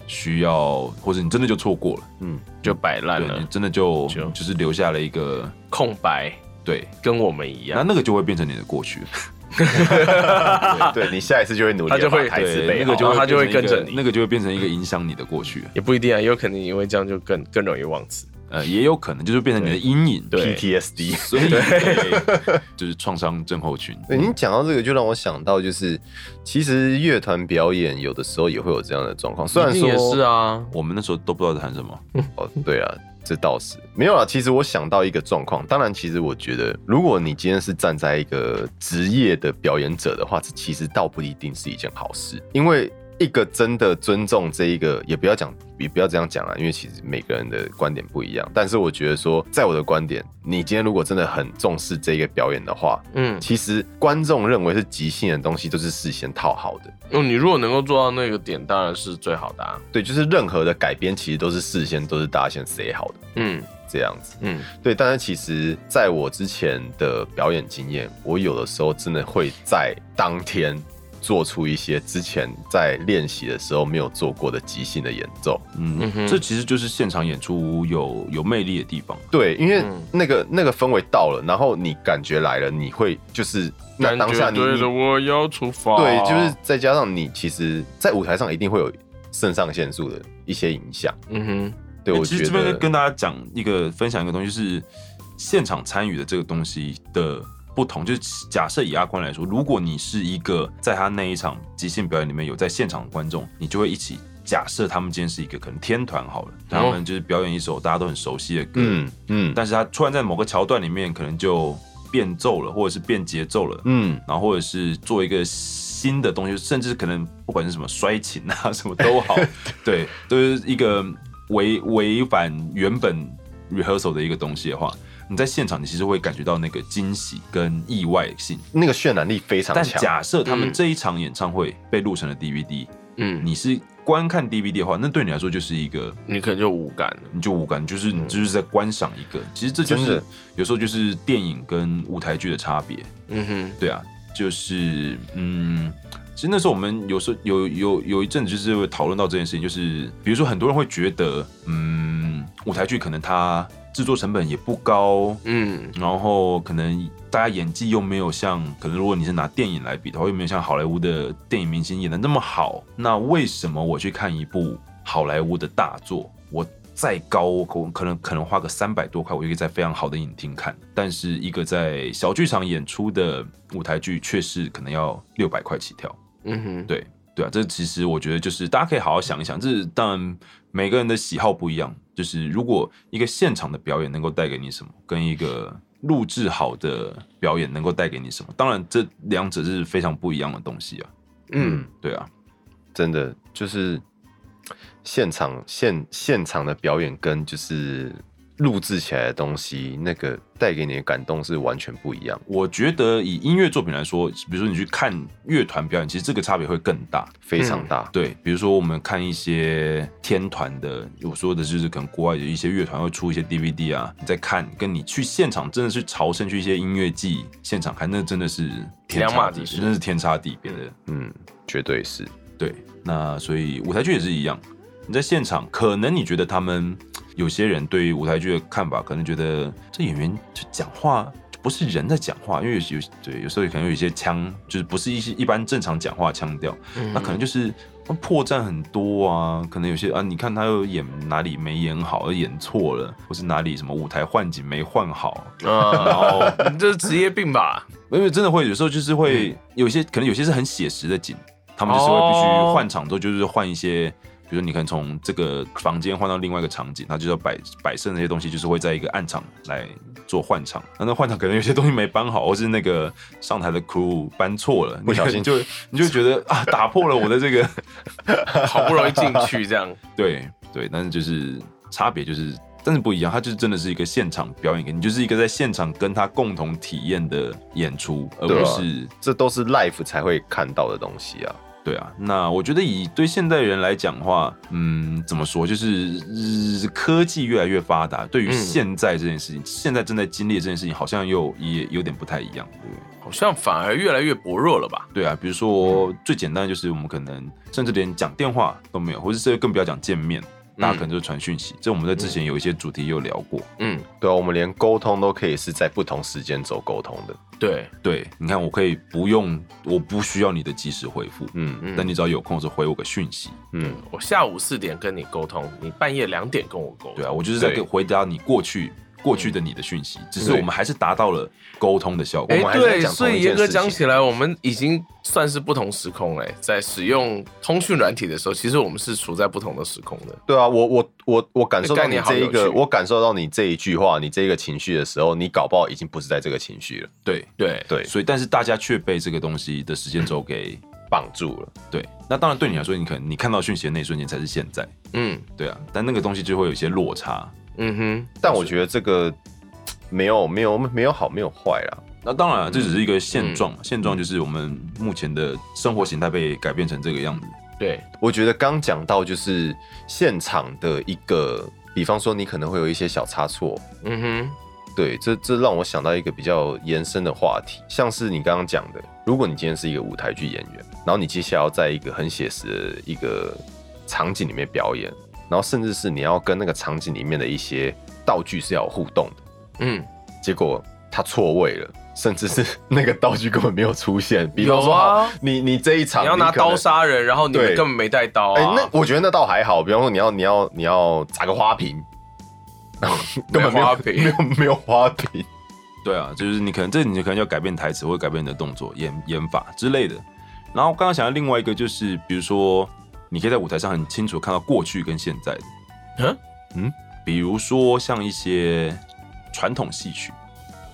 Speaker 3: 需要，或者你真的就错过了。
Speaker 1: 嗯，
Speaker 4: 就摆烂
Speaker 3: 对，你
Speaker 4: 了，
Speaker 3: 真的就
Speaker 4: 就
Speaker 3: 就是留下了一个
Speaker 4: 空白，
Speaker 3: 对，
Speaker 4: 跟我们一
Speaker 3: 那
Speaker 4: 样。
Speaker 3: 那个就会变成你的过去，
Speaker 1: 对你下一次就会努力地
Speaker 4: 他就会
Speaker 1: 把台词
Speaker 4: 对
Speaker 1: 背
Speaker 3: 那
Speaker 1: 好
Speaker 3: 个就会
Speaker 4: 它就会
Speaker 3: 变成一个
Speaker 4: 跟着你
Speaker 3: 那个就会变成一个影响你的过去，
Speaker 4: 也不一定啊，也有可能因为这样就更更容易忘词。
Speaker 3: 呃，也有可能就是变成你的阴影，
Speaker 4: 对
Speaker 1: PTSD。
Speaker 3: 所以对就是创伤症候群， 嗯
Speaker 1: 对，您讲到这个，就让我想到，就是其实乐团表演有的时候也会有这样的状况。虽然
Speaker 4: 一
Speaker 1: 说
Speaker 4: 定也是啊，
Speaker 3: 我们那时候都不知道在谈什么，
Speaker 1: 哦，对啊，这倒是没有啦。啊其实我想到一个状况，当然，其实我觉得，如果你今天是站在一个职业的表演者的话，这其实倒不一定是一件好事，因为。一个真的尊重这一个，也不要讲，也不要这样讲啦，因为其实每个人的观点不一样。但是我觉得说，在我的观点，你今天如果真的很重视这个表演的话，
Speaker 4: 嗯，
Speaker 1: 其实观众认为是即兴的东西，都是事先套好的。
Speaker 4: 嗯，你如果能够做到那个点，当然是最好的啊。
Speaker 1: 对，就是任何的改编，其实都是事先都是大家先 say 好的
Speaker 4: 嗯
Speaker 1: 这样子。
Speaker 4: 嗯，
Speaker 1: 对，但是其实在我之前的表演经验，我有的时候真的会在当天做出一些之前在练习的时候没有做过的即兴的演奏。
Speaker 3: 嗯
Speaker 4: 嗯，哼
Speaker 3: 这其实就是现场演出有有魅力的地方，
Speaker 1: 对，因为
Speaker 4: 嗯
Speaker 1: 那个、那个氛围到了，然后你感觉来了，你会就是那
Speaker 4: 感
Speaker 1: 当下
Speaker 4: 觉
Speaker 1: 你
Speaker 4: 对
Speaker 1: 你
Speaker 4: 的，我要出发。
Speaker 1: 对，就是再加上你其实，在舞台上一定会有肾上腺素的一些影响。
Speaker 4: 嗯哼，
Speaker 1: 对，
Speaker 3: 欸
Speaker 1: 我
Speaker 3: 其
Speaker 1: 觉
Speaker 3: 实
Speaker 1: 得
Speaker 3: 这边跟大家讲一个分享一个东西，就是现场参与的这个东西的不同。就是假设以阿宽来说，如果你是一个在他那一场即兴表演里面有在现场的观众，你就会一起假设他们今天是一个可能天团好了，他们就是表演一首大家都很熟悉的歌，
Speaker 1: 哦嗯嗯
Speaker 3: 但是他突然在某个桥段里面可能就变奏了，或者是变节奏了，
Speaker 1: 嗯，
Speaker 3: 然后或者是做一个新的东西，甚至可能不管是什么摔琴啊， 什么都好，对，都、是一个违违反原本 rehearsal 的一个东西的话，你在现场你其实会感觉到那个惊喜跟意外性。
Speaker 1: 那个渲染力非常
Speaker 3: 但
Speaker 1: 强。
Speaker 3: 假设他们
Speaker 4: 嗯
Speaker 3: 这一场演唱会被录成了 DVD，、
Speaker 4: 嗯，
Speaker 3: 你是观看 DVD 的话，那对你来说就是一个
Speaker 4: 你可能就无感了。
Speaker 3: 你就无感，就是你就是在观赏一个。其实这
Speaker 1: 嗯
Speaker 3: 就
Speaker 1: 真
Speaker 3: 是
Speaker 1: 的
Speaker 3: 有时候就是电影跟舞台剧的差别。
Speaker 4: 嗯哼，
Speaker 3: 对啊，就是嗯，其实那时候我们有时候有有有一阵子就是会讨论到这件事情，就是比如说很多人会觉得，嗯，舞台剧可能它制作成本也不高，
Speaker 4: 嗯
Speaker 3: 然后可能大家演技又没有像，可能如果你是拿电影来比的话，又没有像好莱坞的电影明星演的那么好，那为什么我去看一部好莱坞的大作，我再高，我可可能可能花个三百多块，我就可以在非常好的影厅看，但是一个在小剧场演出的舞台剧，却是可能要六百块起跳。
Speaker 4: 嗯哼，
Speaker 3: 对对啊，这其实我觉得就是大家可以好好想一想，这当然每个人的喜好不一样。就是如果一个现场的表演能够带给你什么，跟一个录制好的表演能够带给你什么，当然这两者是非常不一样的东西啊。
Speaker 4: 嗯，
Speaker 3: 对啊，
Speaker 1: 真的就是现场现现场的表演跟就是录制起来的东西，那个带给你的感动是完全不一样。
Speaker 3: 我觉得以音乐作品来说，比如说你去看乐团表演，其实这个差别会更大。
Speaker 1: 非常大，
Speaker 3: 对，比如说我们看一些天团的，我说的就是可能国外有一些乐团会出一些 DVD 啊，你在看，跟你去现场真的去朝圣去一些音乐季现场看，那真的是天
Speaker 4: 两码
Speaker 3: 差
Speaker 4: 子
Speaker 3: 地，
Speaker 4: 事
Speaker 3: 真的是天差地别的。
Speaker 1: 嗯，绝对是，
Speaker 3: 对，那所以舞台剧也是一样，你在现场，可能你觉得他们有些人对于舞台剧的看法，可能觉得这演员就讲话就不是人在讲话，因为有有对有时候可能有一些腔，就是不是一些一般正常讲话腔调，那可能就是那破绽很多啊，可能有些啊，你看他又演哪里没演好，又演错了，或是哪里什么舞台换景没换好，然
Speaker 4: 啊，
Speaker 3: 后
Speaker 4: 你这是职业病吧？
Speaker 3: 因为真的会有时候就是
Speaker 1: 嗯
Speaker 3: 会有些可能有些是很写实的景，他们就是会必须
Speaker 4: 哦
Speaker 3: 换场之后就是换一些，比如说你可能从这个房间换到另外一个场景，它就是要摆摆设那些东西，就是会在一个暗场来做换场。那那换场可能有些东西没搬好，或是那个上台的 crew 搬错了，
Speaker 1: 不小心
Speaker 3: 你就你就觉得啊打破了我的这个
Speaker 4: 好不容易进去这样，
Speaker 3: 对对，但是就是差别就是，但是不一样，它就是真的是一个现场表演，你就是一个在现场跟他共同体验的演出，而
Speaker 1: 对
Speaker 3: 不
Speaker 1: 啊
Speaker 3: 是
Speaker 1: 这都是 life 才会看到的东西啊。
Speaker 3: 对啊，那我觉得以对现代人来讲的话，嗯，怎么说，就是、呃科技越来越发达，对于
Speaker 4: 嗯
Speaker 3: 现在这件事情，现在正在经历的这件事情，好像又也有点不太一样。
Speaker 4: 好像反而越来越薄弱了吧？
Speaker 3: 对啊，比如说最简单的就是我们可能甚至连讲电话都没有，或者是更不要讲见面，大家可能就是传讯息。这我们在之前有一些主题有聊过。
Speaker 4: 嗯，
Speaker 1: 对啊，我们连沟通都可以是在不同时间走沟通的。
Speaker 4: 对，
Speaker 3: 对，你看我可以不用，我不需要你的及时回复，
Speaker 1: 嗯
Speaker 3: 但你只要有空的时候回我个讯息。
Speaker 1: 嗯，
Speaker 4: 我下午四点跟你沟通，你半夜两点跟我沟通。
Speaker 3: 对啊，我就是在
Speaker 1: 对
Speaker 3: 给回答你过去过去的你的讯息，只是我们还是达到了沟通的效果。
Speaker 4: 哎、
Speaker 1: 我们还是在
Speaker 4: 对，
Speaker 1: 讲
Speaker 4: 所
Speaker 1: 同一
Speaker 4: 以
Speaker 1: 件
Speaker 4: 严格
Speaker 1: 事
Speaker 4: 讲
Speaker 1: 情
Speaker 4: 起来，我们已经算是不同时空了。在使用通讯软体的时候，其实我们是处在不同的时空的。
Speaker 1: 对啊，我我我我感受到
Speaker 4: 概
Speaker 1: 你
Speaker 4: 念
Speaker 1: 这一
Speaker 4: 哎好
Speaker 1: 个，
Speaker 4: 有趣
Speaker 1: 我感受到你这一句话，你这个情绪的时候，你搞不好已经不是在这个情绪了，
Speaker 3: 对
Speaker 4: 对，
Speaker 1: 对，
Speaker 3: 所以但是大家却被这个东西的时间轴给
Speaker 1: 绑住了。
Speaker 3: 对。那当然对你来说，你可能你看到讯息的那一瞬间才是现在，
Speaker 4: 嗯
Speaker 3: 对啊。但那个东西就会有一些落差。
Speaker 4: 嗯哼，
Speaker 1: 但我觉得这个没有没有没有好没有坏啦，
Speaker 3: 那当然啊，这只是一个现状，现状就是我们目前的生活形态被改变成这个样子。
Speaker 4: 对，
Speaker 1: 我觉得刚讲到就是现场的一个，比方说你可能会有一些小差错，
Speaker 4: 嗯哼，
Speaker 1: 对，这这让我想到一个比较延伸的话题，像是你刚刚讲的，如果你今天是一个舞台剧演员，然后你接下来要在一个很写实的一个场景里面表演，然后甚至是你要跟那个场景里面的一些道具是要有互动的，
Speaker 4: 嗯，
Speaker 1: 结果它错位了，甚至是那个道具根本没有出现，比方
Speaker 4: 有
Speaker 1: 说，
Speaker 4: 啊
Speaker 1: 好你你这一场
Speaker 4: 你要拿
Speaker 1: 可能
Speaker 4: 刀。杀人，然后你们
Speaker 1: 对
Speaker 4: 根本没带刀
Speaker 1: 哎、
Speaker 4: 啊。
Speaker 1: 那我觉得那倒还好，比方说你要你要你要砸个花瓶， 然后根本没有
Speaker 4: 花瓶
Speaker 1: 没有没有花瓶，
Speaker 3: 对啊，就是你可能这你可能要改变台词或改变你的动作、演演法之类的。然后刚刚想到另外一个就是，比如说你可以在舞台上很清楚地看到过去跟现在的。
Speaker 4: 嗯
Speaker 3: 嗯，比如说像一些传统戏曲，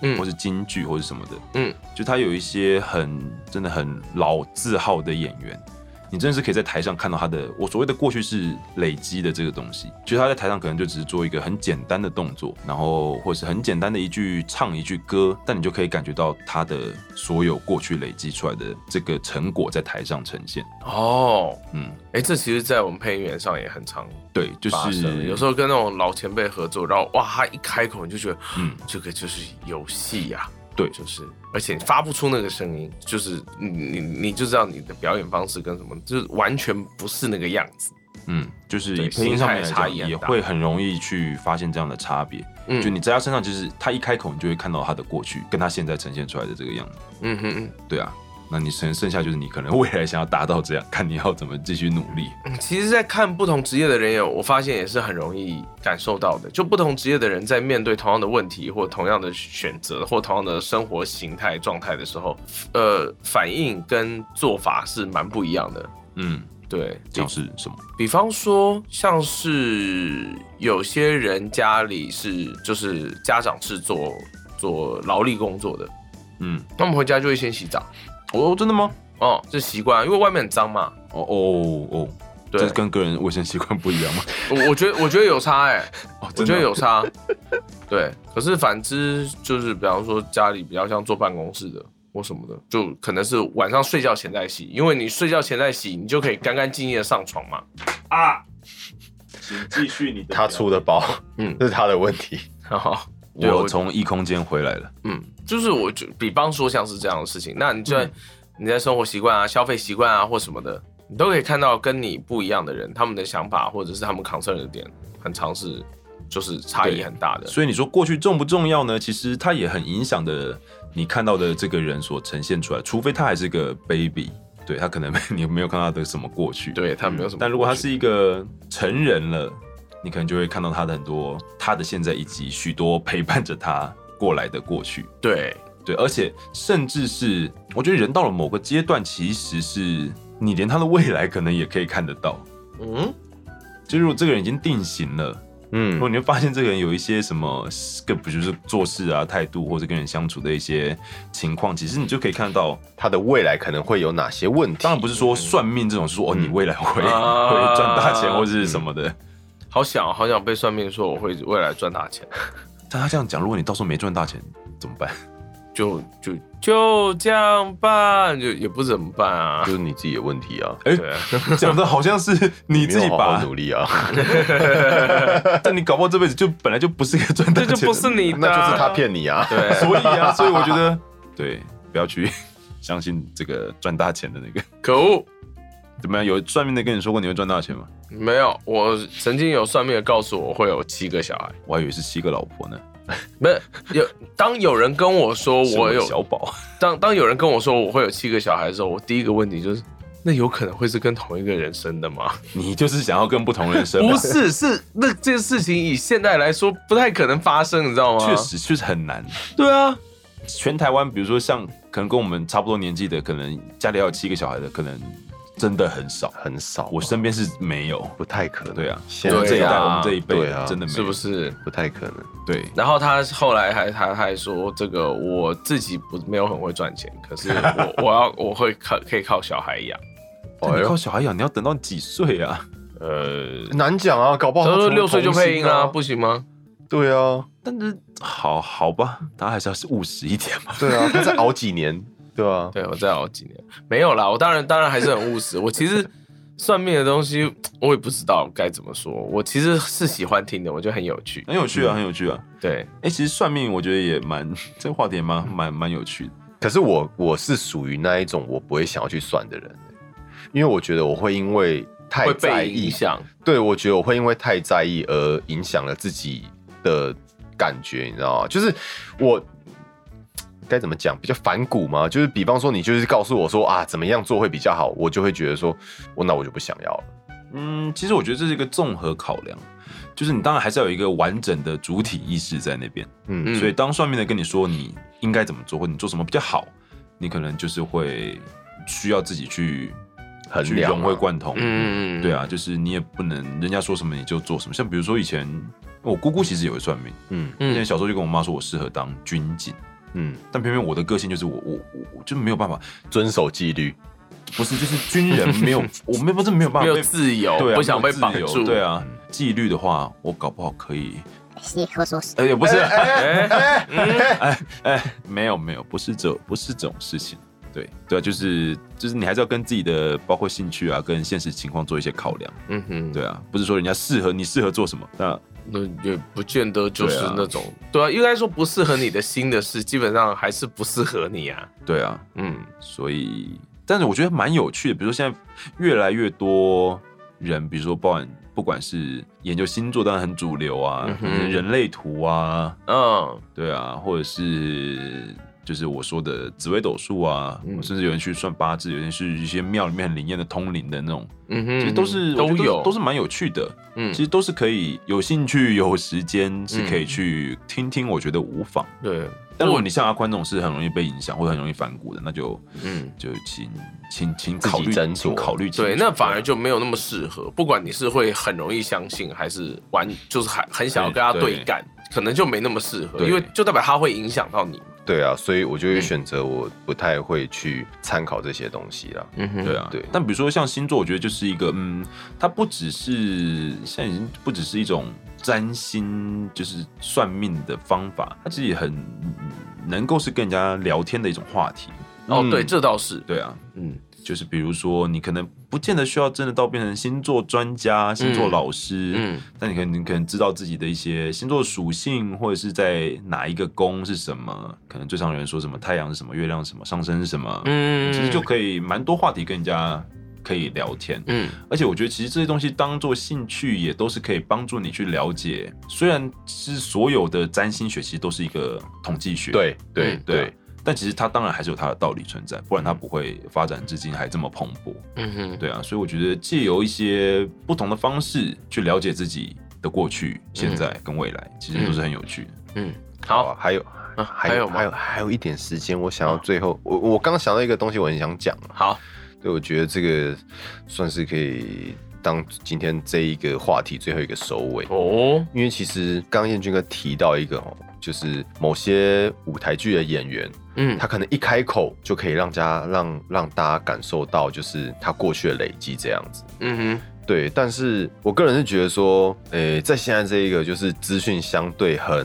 Speaker 4: 嗯
Speaker 3: 或是京剧或是什么的，
Speaker 4: 嗯，
Speaker 3: 就他有一些很真的很老字号的演员，你真的是可以在台上看到他的。我所谓的过去是累积的这个东西，就是他在台上可能就只是做一个很简单的动作，然后或是很简单的一句唱一句歌，但你就可以感觉到他的所有过去累积出来的这个成果在台上呈现。
Speaker 4: 哦，
Speaker 3: 嗯，
Speaker 4: 哎、这其实，在我们配音员上也很常
Speaker 3: 对，就
Speaker 4: 发生。
Speaker 3: 是
Speaker 4: 有时候跟那种老前辈合作，然后哇，他一开口你就觉得，
Speaker 3: 嗯
Speaker 4: 嗯，这个就是游戏呀、
Speaker 3: 对
Speaker 4: 就是，而且你发不出那个声音，就是你你你就知道你的表演方式跟什么，就是完全不是那个样子。
Speaker 3: 嗯，就是
Speaker 4: 对
Speaker 3: 以配音上面来
Speaker 4: 心态差
Speaker 3: 讲，
Speaker 4: 异很大
Speaker 3: 也会很容易去发现这样的差别。
Speaker 4: 嗯
Speaker 3: 就你在他身上，就是他一开口，你就会看到他的过去，跟他现在呈现出来的这个样子。
Speaker 4: 嗯哼嗯。
Speaker 3: 对啊，那你剩剩下就是你可能未来想要达到这样，看你要怎么继续努力。
Speaker 4: 其实，在看不同职业的人有，我发现也是很容易感受到的。就不同职业的人在面对同样的问题，或同样的选择，或同样的生活形态状态的时候，呃，反应跟做法是蛮不一样的。
Speaker 3: 嗯，
Speaker 4: 对，
Speaker 3: 这样是什么？
Speaker 4: 比方说，像是有些人家里是就是家长是做做劳力工作的，
Speaker 3: 嗯，
Speaker 4: 他们回家就会先洗澡，
Speaker 3: 哦，真的吗？
Speaker 4: 哦，这习惯，因为外面很脏嘛。
Speaker 3: 哦哦哦，
Speaker 4: 对
Speaker 3: 这是跟个人卫生习惯不一样吗？
Speaker 4: 我我觉得我觉得有差哎、
Speaker 3: 哦，
Speaker 4: 我
Speaker 3: 真
Speaker 4: 觉
Speaker 3: 的
Speaker 4: 得
Speaker 3: 啊
Speaker 4: 有差。 对，可是反之就是，比方说家里比较像坐办公室的或什么的，就可能是晚上睡觉前在洗，因为你睡觉前在洗，你就可以干干净净的上床嘛。
Speaker 3: 啊，请继续你的
Speaker 1: 他出的包，
Speaker 4: 嗯
Speaker 1: 嗯， 这是他的问题。
Speaker 4: 然后对
Speaker 3: 我从异空间回来了。
Speaker 4: 嗯，就是我就比方说像是这样的事情，那你
Speaker 3: 嗯
Speaker 4: 在、你在生活习惯啊、消费习惯啊或什么的，你都可以看到跟你不一样的人，他们的想法或者是他们 concern 的点，很常是就是差异
Speaker 3: 对
Speaker 4: 很大的。
Speaker 3: 所以你说过去重不重要呢？其实它也很影响的你看到的这个人所呈现出来，除非他还是个 baby，对他可能没你没有看到他的什么过去，
Speaker 4: 对他没有什么过去。
Speaker 3: 嗯但如果他是一个成人了，你可能就会看到他的很多他的现在以及许多陪伴着他过来的过去。
Speaker 4: 对
Speaker 3: 对，而且甚至是我觉得人到了某个阶段，其实是你连他的未来可能也可以看得到。
Speaker 4: 嗯，
Speaker 3: 就如果这个人已经定型了，如果
Speaker 1: 嗯，
Speaker 3: 你会发现这个人有一些什么，更不就是做事啊、态度或者跟人相处的一些情况，其实你就可以看到。
Speaker 1: 他的未来可能会有哪些问题？
Speaker 3: 当然不是说算命这种说哦，你未来会、
Speaker 4: 嗯啊 嗯
Speaker 3: 会赚大钱或是什么的。
Speaker 4: 好想好想被算命说我会未来赚大钱，
Speaker 3: 但他这样讲，如果你到时候没赚大钱怎么办？
Speaker 4: 就就就这样办，就也不怎么办啊
Speaker 1: 就。是你自己的问题啊，
Speaker 3: 哎、
Speaker 4: 对啊，
Speaker 3: 讲的好像是你自
Speaker 1: 没
Speaker 3: 己
Speaker 1: 有好
Speaker 3: 把
Speaker 1: 好，努力啊，
Speaker 3: 但你搞不好这辈子就本来就不是一个赚大
Speaker 4: 这
Speaker 3: 钱的，
Speaker 4: 就不是你的，
Speaker 1: 那就是他。骗你啊。
Speaker 4: 对，
Speaker 3: 所以啊，所以我觉得对，不要去相信这个赚大钱的那个。
Speaker 4: 可恶，
Speaker 3: 怎么样？有算命的跟你说过你会赚大钱吗？
Speaker 4: 没有，我曾经有算命的告诉我会有七个小孩，
Speaker 3: 我还以为是七个老婆呢。
Speaker 4: 没有有。当有人跟我说
Speaker 3: 是
Speaker 4: 我有
Speaker 3: 小宝，
Speaker 4: 当当有人跟我说我会有七个小孩的时候，我第一个问题就是，那有可能会是跟同一个人生的吗？
Speaker 3: 你就是想要跟不同人生吧，
Speaker 4: 不是，是那这件事情以现在来说不太可能发生，你知道吗？
Speaker 3: 确，实确实很难。
Speaker 4: 对啊，
Speaker 3: 全台湾，比如说像可能跟我们差不多年纪的，可能家里还有七个小孩的，可能真的很少。
Speaker 1: 很少啊，
Speaker 3: 我身边是没有。
Speaker 1: 不太可能。
Speaker 3: 对啊，
Speaker 1: 现
Speaker 3: 我们这一
Speaker 1: 在
Speaker 3: 代，
Speaker 4: 啊
Speaker 3: 我们这一辈
Speaker 1: 对啊
Speaker 3: 真的没有，
Speaker 4: 是不？哎是？
Speaker 1: 不太可能。
Speaker 3: 对，
Speaker 4: 然后他后来还他还说这个我自己不没有很会赚钱，可是我 我要我会靠可以靠小孩养，
Speaker 3: 但你靠小孩养，你要等到几岁啊？
Speaker 4: 呃，
Speaker 1: 难讲啊，搞不
Speaker 3: 哦
Speaker 4: 他
Speaker 1: 好他
Speaker 4: 说
Speaker 1: 从
Speaker 4: 六岁就
Speaker 1: 童
Speaker 4: 配音
Speaker 1: 星啊，
Speaker 4: 啊，不行吗？
Speaker 1: 对啊，
Speaker 3: 但是好好吧，他还是要务实一点嘛。
Speaker 1: 对啊，他再熬几年，对啊，
Speaker 4: 对我再熬几年没有啦，我当然当然还是很务实。我其实算命的东西我也不知道该怎么说，我其实是喜欢听的，我觉得很有趣。
Speaker 3: 很有趣
Speaker 1: 嗯
Speaker 3: 啊，很有趣啊。
Speaker 4: 对，
Speaker 3: 哎、其实算命我觉得也蛮，这个话题也蛮蛮蛮有趣的。
Speaker 1: 可是我我是属于那一种我不会想要去算的人，因为我觉得我会因为太
Speaker 4: 会
Speaker 1: 在
Speaker 4: 被影
Speaker 1: 意，
Speaker 4: 响。
Speaker 1: 对我觉得我会因为太在意而影响了自己的感觉，你知道吗？就是我。该怎么讲比较反骨嘛？就是比方说，你就是告诉我说啊，怎么样做会比较好，我就会觉得说，我那我就不想要了。
Speaker 3: 嗯，其实我觉得这是一个综合考量，就是你当然还是要有一个完整的主体意识在那边。
Speaker 1: 嗯，
Speaker 4: 嗯
Speaker 3: 所以当算命的跟你说你应该怎么做，或你做什么比较好，你可能就是会需要自己去
Speaker 1: 衡
Speaker 3: 去
Speaker 1: 量
Speaker 3: 融
Speaker 1: 啊
Speaker 3: 会贯通。
Speaker 4: 嗯
Speaker 3: 对，啊，就是你也不能人家说什么你就做什么。像比如说以前我姑姑其实也会算命，
Speaker 1: 嗯
Speaker 3: 以前
Speaker 4: 嗯，
Speaker 3: 小时候就跟我妈说我适合当军警，
Speaker 1: 嗯，
Speaker 3: 但偏偏我的个性就是我我我我就没有办法，
Speaker 1: 遵守纪律，
Speaker 3: 不是就是军人没有我没有不是没有办
Speaker 4: 没
Speaker 3: 法
Speaker 4: 有
Speaker 3: 被
Speaker 4: 自由，
Speaker 3: 对啊，
Speaker 4: 不想
Speaker 3: 没
Speaker 4: 被
Speaker 3: 有自
Speaker 4: 绑
Speaker 3: 由
Speaker 4: 住。
Speaker 3: 对，啊，纪律的话我搞不好可以，
Speaker 5: 西和硕士。
Speaker 4: 呃
Speaker 3: 哎也不是。
Speaker 4: 哎，
Speaker 3: 哎，没有没有，不是这不是这种事情。对对啊，就是就是你还是要跟自己的包括兴趣啊，跟现实情况做一些考量。
Speaker 4: 嗯哼，
Speaker 3: 对啊，不是说人家适合你适合做什么，那
Speaker 4: 那也不见得就是
Speaker 3: 对啊
Speaker 4: 那种，对啊，应该说不适合你的新的事，基本上还是不适合你啊。
Speaker 3: 对啊，
Speaker 4: 嗯，
Speaker 3: 所以但是我觉得蛮有趣的，比如说现在越来越多人，比如说不管不管是研究星座，当然很主流啊，
Speaker 4: 嗯哼
Speaker 3: 可能人类图啊，
Speaker 4: 嗯，
Speaker 3: 对啊，或者是就是我说的紫微斗数啊，
Speaker 4: 嗯
Speaker 3: 甚至有人去算八字，有人是一些庙里面很灵验的通灵的那种
Speaker 4: 嗯哼，
Speaker 3: 其实都是我
Speaker 4: 都
Speaker 3: 觉得
Speaker 4: 有，
Speaker 3: 都是蛮有趣的。
Speaker 4: 嗯
Speaker 3: 其，实都是可以有兴趣、有时间是可以去听听，我觉得无妨。
Speaker 4: 对，
Speaker 3: 但如果你像阿宽这种是很容易被影响或者很容易反骨的，那就
Speaker 4: 嗯。
Speaker 3: 就请请请
Speaker 1: 自己
Speaker 3: 考虑
Speaker 1: 斟酌
Speaker 3: 请考虑清楚
Speaker 4: 对，那反而就没有那么适合。不管你是会很容易相信，还是完就是很很想要跟他对干，可能就没那么适合，
Speaker 3: 对
Speaker 4: 因为就代表他会影响到你。
Speaker 1: 对啊，所以我
Speaker 4: 嗯
Speaker 1: 就会选择我不太会去参考这些东西啦。
Speaker 4: 嗯哼
Speaker 3: 对啊，
Speaker 1: 对
Speaker 3: 但比如说像星座，我觉得就是一个，嗯，它不只是现在已经不只是一种占星，就是算命的方法，它其实也很嗯能够是跟人家聊天的一种话题。
Speaker 4: 哦，
Speaker 1: 嗯
Speaker 4: 对，这倒是，
Speaker 3: 对啊，
Speaker 4: 嗯
Speaker 3: 就是比如说，你可能不见得需要真的到变成星座专家、星座老师，
Speaker 4: 嗯
Speaker 3: 但你可能你可能知道自己的一些星座属性，或者是在哪一个宫是什么，可能最常有人说什么太阳是什么、月亮是什么、上升是什么，
Speaker 4: 嗯，
Speaker 3: 其实就可以蛮多话题跟人家可以聊天。
Speaker 4: 嗯
Speaker 3: 而且我觉得，其实这些东西当做兴趣，也都是可以帮助你去了解。虽然是所有的占星学其实都是一个统计学，
Speaker 1: 对对
Speaker 4: 嗯
Speaker 3: 对啊、
Speaker 1: 对，
Speaker 3: 但其实它当然还是有它的道理存在，不然它不会发展至今还这么蓬勃。
Speaker 4: 嗯哼，
Speaker 3: 对啊，所以我觉得借由一些不同的方式去了解自己的过去、现在跟未来，其实都是很有趣的。
Speaker 4: 嗯，
Speaker 1: 啊
Speaker 4: 好，
Speaker 1: 还有
Speaker 4: 啊
Speaker 1: 还
Speaker 4: 还
Speaker 1: 有
Speaker 4: 有吗嗯
Speaker 1: 还有还有一点时间，我想要最后，我我刚想到一个东西，我很想讲，啊
Speaker 4: 好，
Speaker 1: 对，我觉得这个算是可以当今天这一个话题最后一个收尾。
Speaker 4: 哦，
Speaker 1: 因为其实刚彦军哥提到一个哦，就是某些舞台剧的演员，
Speaker 4: 嗯
Speaker 1: 他，可能一开口就可以让家让让大家感受到，就是他过去的累积这样子。
Speaker 4: 嗯
Speaker 1: 对，但是我个人是觉得说，诶、在现在这一个就是资讯相对很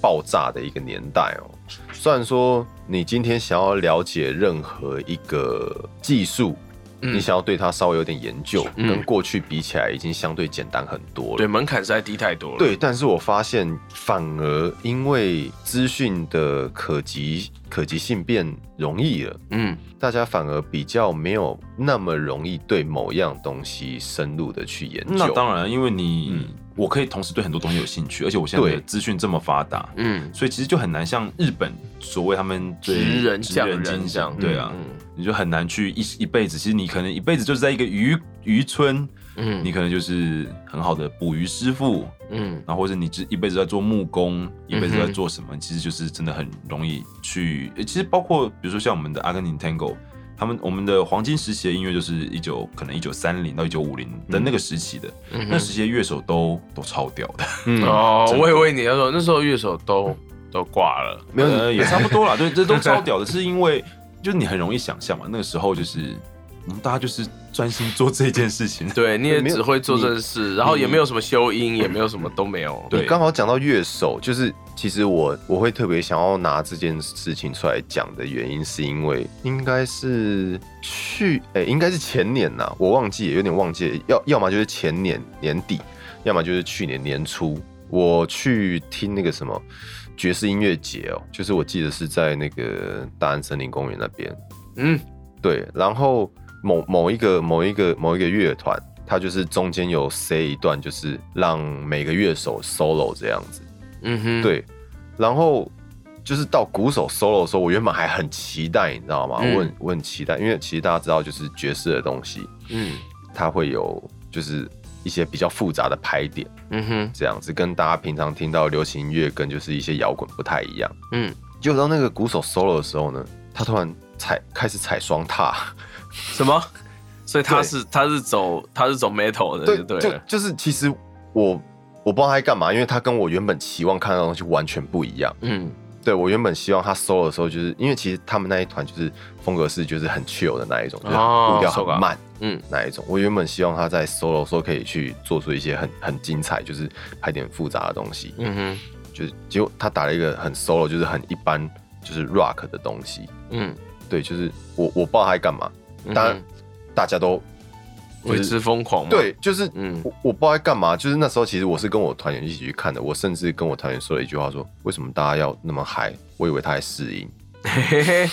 Speaker 1: 爆炸的一个年代哦、虽然说你今天想要了解任何一个技术，
Speaker 4: 嗯
Speaker 1: 你想要对它稍微有点研究，
Speaker 4: 嗯
Speaker 1: 跟过去比起来已经相对简单很多了
Speaker 4: 哼，。对，门槛实在低太多了。
Speaker 1: 对，，但是我发现反而因为资讯的可及可及性变容易了，
Speaker 4: 嗯
Speaker 1: 大家反而比较没有那么容易对某样东西深入的去研究。
Speaker 3: 嗯那当然，因为你、
Speaker 1: 嗯
Speaker 3: 我可以同时对很多东西有兴趣，而且我现在
Speaker 1: 对
Speaker 3: 的资讯这么发达，
Speaker 4: 嗯，
Speaker 3: 所以其实就很难像日本所谓他们最
Speaker 4: 职人
Speaker 3: 职
Speaker 4: 匠
Speaker 3: 精
Speaker 4: 人
Speaker 3: 神
Speaker 4: 这样，
Speaker 3: 对啊，
Speaker 4: 嗯
Speaker 3: 你就很难去一一辈子。其实你可能一辈子就是在一个渔渔村，
Speaker 4: 嗯，
Speaker 3: 你可能就是很好的捕鱼师傅，
Speaker 4: 嗯
Speaker 3: 然后或者你这一辈子在做木工，一辈子
Speaker 4: 嗯
Speaker 3: 在
Speaker 4: 哼
Speaker 3: 做什么，其实就是真的很容易去。呃其实包括比如说像我们的阿根廷 Tango，他们我们的黄金时期的音乐就是一九可能一九三零到一九五零的那个时期的，
Speaker 4: 嗯
Speaker 3: 那时期的乐手都都超屌的，
Speaker 1: 嗯，
Speaker 4: 哦，
Speaker 3: 真的
Speaker 4: 我以为你要说那时候乐手都都挂了，
Speaker 1: 没有
Speaker 3: 呃 也差不多啦，对，这都超屌的，是因为就是你很容易想象嘛，那个时候就是我们大家就是专心做这件事 情，
Speaker 4: 对，你也
Speaker 1: 没有
Speaker 4: 只会做这事，然后也没有什么修音，也没有什么都没有。
Speaker 3: 对
Speaker 1: 你刚好讲到乐手，就是其实我我会特别想要拿这件事情出来讲的原因，是因为应该是去哎、应该是前年呐、我忘记了有点忘记了，要要么就是前年年底，要么就是去年年初，我去听那个什么爵士音乐节哦，就是我记得是在那个大安森林公园那边，
Speaker 4: 嗯
Speaker 1: 对，然后某某一个某一个某一个乐团，它就是中间有塞一段，就是让每个乐手 solo 这样子。
Speaker 4: 嗯哼，，
Speaker 1: 对，然后就是到鼓手 solo 的时候，我原本还很期待，你知道吗？
Speaker 4: 嗯
Speaker 1: 我很我很期待，因为其实大家知道，就是爵士的东西，
Speaker 4: 嗯
Speaker 1: 它会有就是一些比较复杂的拍点，
Speaker 4: 嗯哼，
Speaker 1: 这样子跟大家平常听到流行音乐跟就是一些摇滚不太一样。
Speaker 4: 嗯，
Speaker 1: 结果当那个鼓手 solo 的时候呢，他突然踩开始踩双踏。
Speaker 4: 什么？所以他
Speaker 1: 对
Speaker 4: 是他是走他是走 metal 的，就对
Speaker 1: 就
Speaker 4: 了。
Speaker 1: 就是其实我我不知道他在干嘛，因为他跟我原本期望看到的东西完全不一样。
Speaker 4: 嗯
Speaker 1: 对我原本希望他 solo 的时候，就是因为其实他们那一团就是风格是就是很 chill 的那一种，就是
Speaker 4: 哦
Speaker 1: 步调
Speaker 4: soca
Speaker 1: 很慢
Speaker 4: 嗯
Speaker 1: 那一种。我原本希望他在 solo 的时候可以去做出一些很很精彩，就是拍点复杂的东西。
Speaker 4: 嗯哼
Speaker 1: 就是结果他打了一个很 solo，就是很一般，就是 rock 的东西。
Speaker 4: 嗯
Speaker 1: 对，就是我我不知道他在干嘛，
Speaker 4: 嗯，
Speaker 1: 当然大家都
Speaker 4: 为之疯狂嘛。
Speaker 1: 对，就是
Speaker 4: 嗯
Speaker 1: 我我不知道在干嘛。就是那时候其实我是跟我团员一起去看的，我甚至跟我团员说了一句话说为什么大家要那么嗨？我以为他在试音。
Speaker 4: 嘿嘿，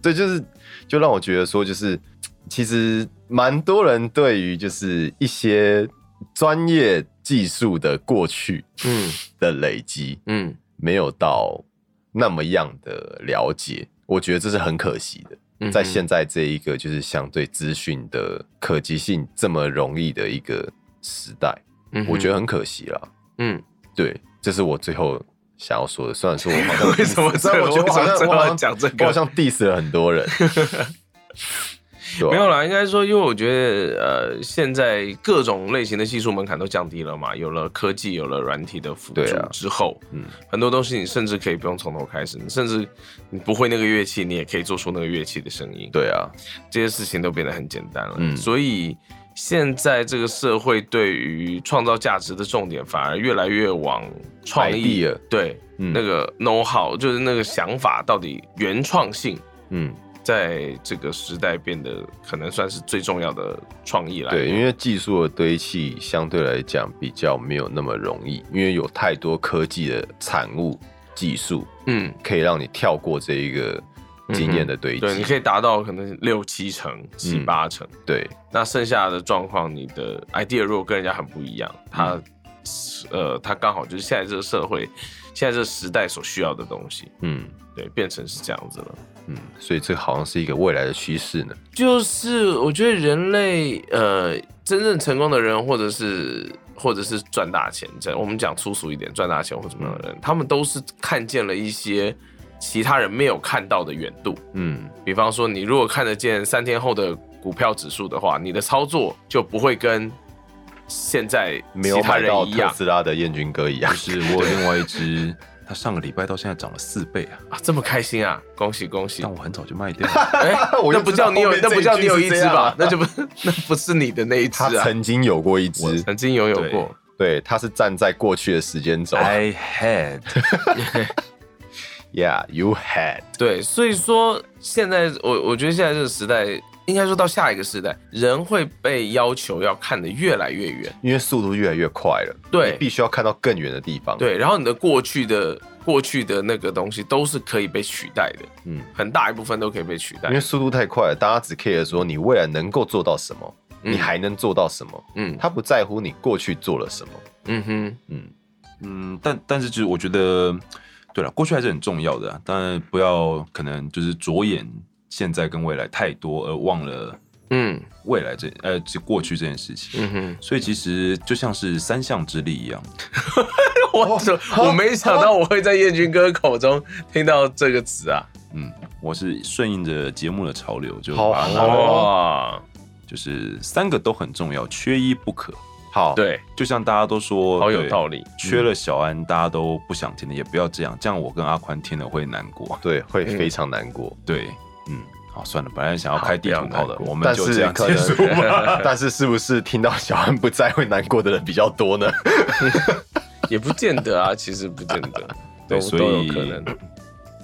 Speaker 1: 对，就是就让我觉得说，就是其实蛮多人对于就是一些专业技术的过去
Speaker 4: 嗯
Speaker 1: 的累积，
Speaker 4: 嗯
Speaker 1: 没有到那么样的了解，我觉得这是很可惜的。
Speaker 4: 嗯 哼
Speaker 1: 在现在这一个就是相对资讯的可及性这么容易的一个时代，
Speaker 4: 嗯哼，
Speaker 1: 我觉得很可惜啦。
Speaker 4: 嗯，
Speaker 1: 对，这是我最后想要说的。虽然说我好像
Speaker 4: 为什么
Speaker 1: 虽然我觉得我好像
Speaker 4: 为什么
Speaker 1: 我好像
Speaker 4: 讲这个
Speaker 1: 我好像 diss 了很多 人。对啊
Speaker 4: 没有啦，应该说，因为我觉得呃，现在各种类型的技术门槛都降低了嘛，有了科技，有了软体的辅助
Speaker 1: 对啊
Speaker 4: 之后，
Speaker 1: 嗯
Speaker 4: 很多东西你甚至可以不用从头开始，你甚至你不会那个乐器，你也可以做出那个乐器的声音。
Speaker 1: 对啊，
Speaker 4: 这些事情都变得很简单了。
Speaker 1: 嗯
Speaker 4: 所以现在这个社会对于创造价值的重点，反而越来越往创意
Speaker 1: Idea
Speaker 4: 对、
Speaker 1: 嗯
Speaker 4: 那个 know how，就是那个想法到底原创性，
Speaker 1: 嗯，
Speaker 4: 在这个时代变得可能算是最重要的创意来源。
Speaker 1: 对，因为技术的堆砌相对来讲比较没有那么容易，因为有太多科技的产物技术
Speaker 4: 嗯，
Speaker 1: 可以让你跳过这一个经验的堆积。
Speaker 4: 对，你可以达到可能六七成、七
Speaker 1: 嗯
Speaker 4: 八成。
Speaker 1: 对
Speaker 4: 那剩下的状况，你的 idea 如果跟人家很不一
Speaker 1: 嗯
Speaker 4: 样，它、呃，它刚好就是现在这个社会、现在这个时代所需要的东西。
Speaker 1: 嗯，
Speaker 4: 对，变成是这样子了。
Speaker 1: 嗯，所以这好像是一个未来的趋势呢。
Speaker 4: 就是我觉得人类呃，真正成功的人，或者是或者是赚大钱，这我们讲粗俗一点，赚大钱或怎么样的人，他们都是看见了一些其他人没有看到的远度。
Speaker 1: 嗯，
Speaker 4: 比方说，你如果看得见三天后的股票指数的话，你的操作就不会跟现在
Speaker 1: 没有
Speaker 4: 其他
Speaker 1: 买
Speaker 4: 人
Speaker 1: 到
Speaker 4: 一
Speaker 1: 特
Speaker 4: 样
Speaker 1: 斯拉的燕军哥一样
Speaker 3: 不。是，我有另外一只，它上个礼拜到现在涨了四倍啊，
Speaker 4: 啊，这么开心啊！恭喜恭喜
Speaker 3: 但！我很早就卖掉 了。
Speaker 4: 哎、
Speaker 1: 我就
Speaker 4: 那不
Speaker 1: 知
Speaker 4: 叫
Speaker 1: 道
Speaker 4: 你有
Speaker 1: 后，面
Speaker 4: 那
Speaker 1: 这
Speaker 4: 不
Speaker 1: 一
Speaker 4: 叫
Speaker 1: 句
Speaker 4: 你有
Speaker 1: 是
Speaker 4: 一
Speaker 1: 这
Speaker 4: 只
Speaker 1: 样
Speaker 4: 吧
Speaker 1: 啊？
Speaker 4: 那就不， 那不是你的那一只
Speaker 1: 他
Speaker 4: 啊！
Speaker 1: 曾经有过一只，
Speaker 4: 曾经拥有
Speaker 3: 对
Speaker 4: 过，
Speaker 1: 对，他是站在过去的时间轴。
Speaker 3: I had，
Speaker 1: Yeah, you had。
Speaker 4: 对，所以说现在我我觉得现在这个时代，应该说到下一个时代，人会被要求要看得越来越远。
Speaker 1: 因为速度越来越快了，
Speaker 4: 对
Speaker 1: 你必须要看到更远的地方。，
Speaker 4: 对，然后你的过去的过去的那个东西都是可以被取代的，
Speaker 1: 嗯，
Speaker 4: 很大一部分都可以被取代
Speaker 1: 因。为速度太快了，大家只 care 说你未来能够做到什么，
Speaker 4: 嗯
Speaker 1: 你还能做到什么，
Speaker 4: 嗯
Speaker 1: 他不在乎你过去做了什么。
Speaker 4: 嗯哼，
Speaker 1: 嗯，
Speaker 3: 嗯，但但是就是我觉得，对了，过去还是很重要的啊，但不要可能就是着眼现在跟未来太多，而忘了
Speaker 4: 嗯
Speaker 3: 未来这呃这过去这件事情。
Speaker 4: 嗯哼，
Speaker 3: 所以其实就像是三项之力一样，
Speaker 4: 我怎我没想到我会在燕军哥口中听到这个词啊！
Speaker 3: 嗯，我是顺应着节目的潮流，就
Speaker 1: 好
Speaker 3: 把它拿来
Speaker 4: 哇，
Speaker 3: 就是三个都很重要，缺一不可。
Speaker 1: 好，，
Speaker 4: 对，
Speaker 3: 就像大家都说，
Speaker 4: 好有
Speaker 3: 对
Speaker 4: 道理。
Speaker 3: 缺了小安，大家都不想听的，也不要这样，这样我跟阿宽听了会难过。
Speaker 1: 对，会
Speaker 3: 嗯
Speaker 1: 非常难过。
Speaker 3: 对，嗯，好，算了，本来想要开地图炮的
Speaker 4: 好不要难，过
Speaker 3: 我们
Speaker 1: 但
Speaker 3: 就这
Speaker 1: 是
Speaker 3: 样
Speaker 1: 可
Speaker 3: 结
Speaker 1: 能
Speaker 3: 束。，
Speaker 1: 但是是不是听到小安不在会难过的人比较多呢？
Speaker 4: 也不见得啊，其实不见得，
Speaker 3: 对
Speaker 4: 都
Speaker 3: 所
Speaker 4: 都
Speaker 3: 以
Speaker 4: 有可能。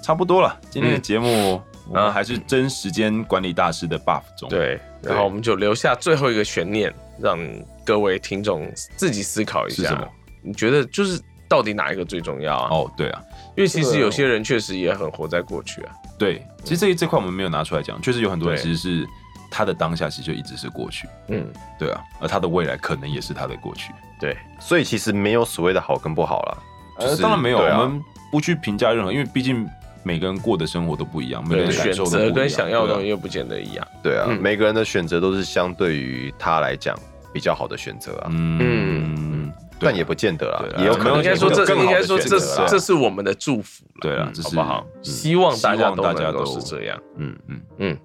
Speaker 3: 差不多了，今天的节目我
Speaker 4: 啊
Speaker 3: 们还是真时间管理大师的 buff 中。，
Speaker 4: 对，
Speaker 3: 对
Speaker 4: 然后我们就留下最后一个悬念，让各位听众自己思考一
Speaker 3: 是什
Speaker 4: 下
Speaker 3: 么，
Speaker 4: 你觉得就是到底哪一个最重要啊？
Speaker 3: 哦，对啊，
Speaker 4: 因为其实
Speaker 1: 对哦
Speaker 4: 有些人确实也很活在过去啊。
Speaker 3: 对，其实这这块我们没有拿出来讲，确实有很多人
Speaker 4: 对
Speaker 3: 其实是他的当下其实就一直是过去，
Speaker 4: 嗯，
Speaker 3: 对啊，而他的未来可能也是他的过去。
Speaker 4: 对，
Speaker 1: 所以其实没有所谓的好跟不好啦。
Speaker 3: 呃，
Speaker 1: 就是
Speaker 3: 当然没有，
Speaker 1: 对啊
Speaker 3: 我们不去评价任何，因为毕竟每个人过的生活都不一样，每个
Speaker 4: 对，
Speaker 3: 人
Speaker 4: 选
Speaker 3: 啊感受都不一
Speaker 4: 择
Speaker 3: 样，
Speaker 4: 跟想要的
Speaker 3: 对啊
Speaker 4: 东西又不见得一样。
Speaker 1: 对啊，
Speaker 4: 嗯
Speaker 1: 每个人的选择都是相对于他来讲比较好的选择啊，
Speaker 3: 嗯，对啊
Speaker 1: 但也不见得
Speaker 3: 对
Speaker 1: 啦，
Speaker 3: 啊
Speaker 1: 也有可
Speaker 3: 没有
Speaker 1: 能
Speaker 4: 应该说
Speaker 1: 有
Speaker 4: 这
Speaker 1: 更好
Speaker 4: 应
Speaker 1: 的
Speaker 4: 该说
Speaker 1: 选
Speaker 4: 这
Speaker 1: 择啊
Speaker 4: 是
Speaker 1: 啦
Speaker 4: 这是我们的祝福了，
Speaker 3: 对啊，这
Speaker 4: 好
Speaker 3: 是
Speaker 4: 不好？
Speaker 3: 嗯
Speaker 4: 希望大家
Speaker 3: 希
Speaker 4: 都
Speaker 3: 望大家
Speaker 4: 能
Speaker 3: 都
Speaker 4: 够是这样。
Speaker 1: 嗯
Speaker 3: 嗯
Speaker 4: 嗯，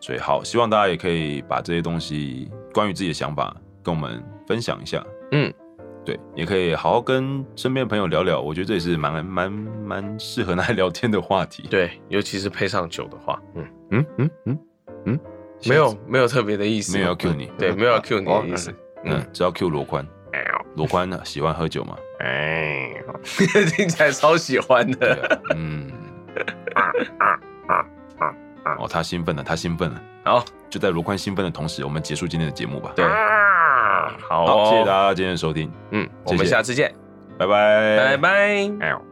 Speaker 3: 所以好，希望大家也可以把这些东西关于自己的想法跟我们分享一下。
Speaker 4: 嗯，
Speaker 3: 对，也可以好好跟身边的朋友聊聊，我觉得这也是蛮蛮蛮适合拿来聊天的话题。
Speaker 4: 对，尤其是配上酒的话，嗯，
Speaker 1: 嗯嗯嗯嗯，
Speaker 4: 没有没有特别的意思，
Speaker 3: 没有要 cue 你，
Speaker 4: 对，没有要 cue 你
Speaker 1: 哦
Speaker 4: 的意思。
Speaker 3: 嗯，只要 Q 罗宽，罗宽呢喜欢喝酒 吗？
Speaker 1: 哎，
Speaker 4: 听起来超喜欢
Speaker 3: 对
Speaker 4: 的。
Speaker 3: 啊 嗯，哦，他兴奋了，他兴奋了。
Speaker 4: 好，
Speaker 3: 就在罗宽兴奋的同时，我们结束今天的节目吧。
Speaker 4: 对，好
Speaker 1: 啊
Speaker 4: 哦，
Speaker 3: 好，谢谢大家今天的收听，
Speaker 4: 嗯，
Speaker 3: 谢谢
Speaker 4: 我们下次见，
Speaker 3: 拜拜，
Speaker 4: 拜拜。
Speaker 1: 哎呦。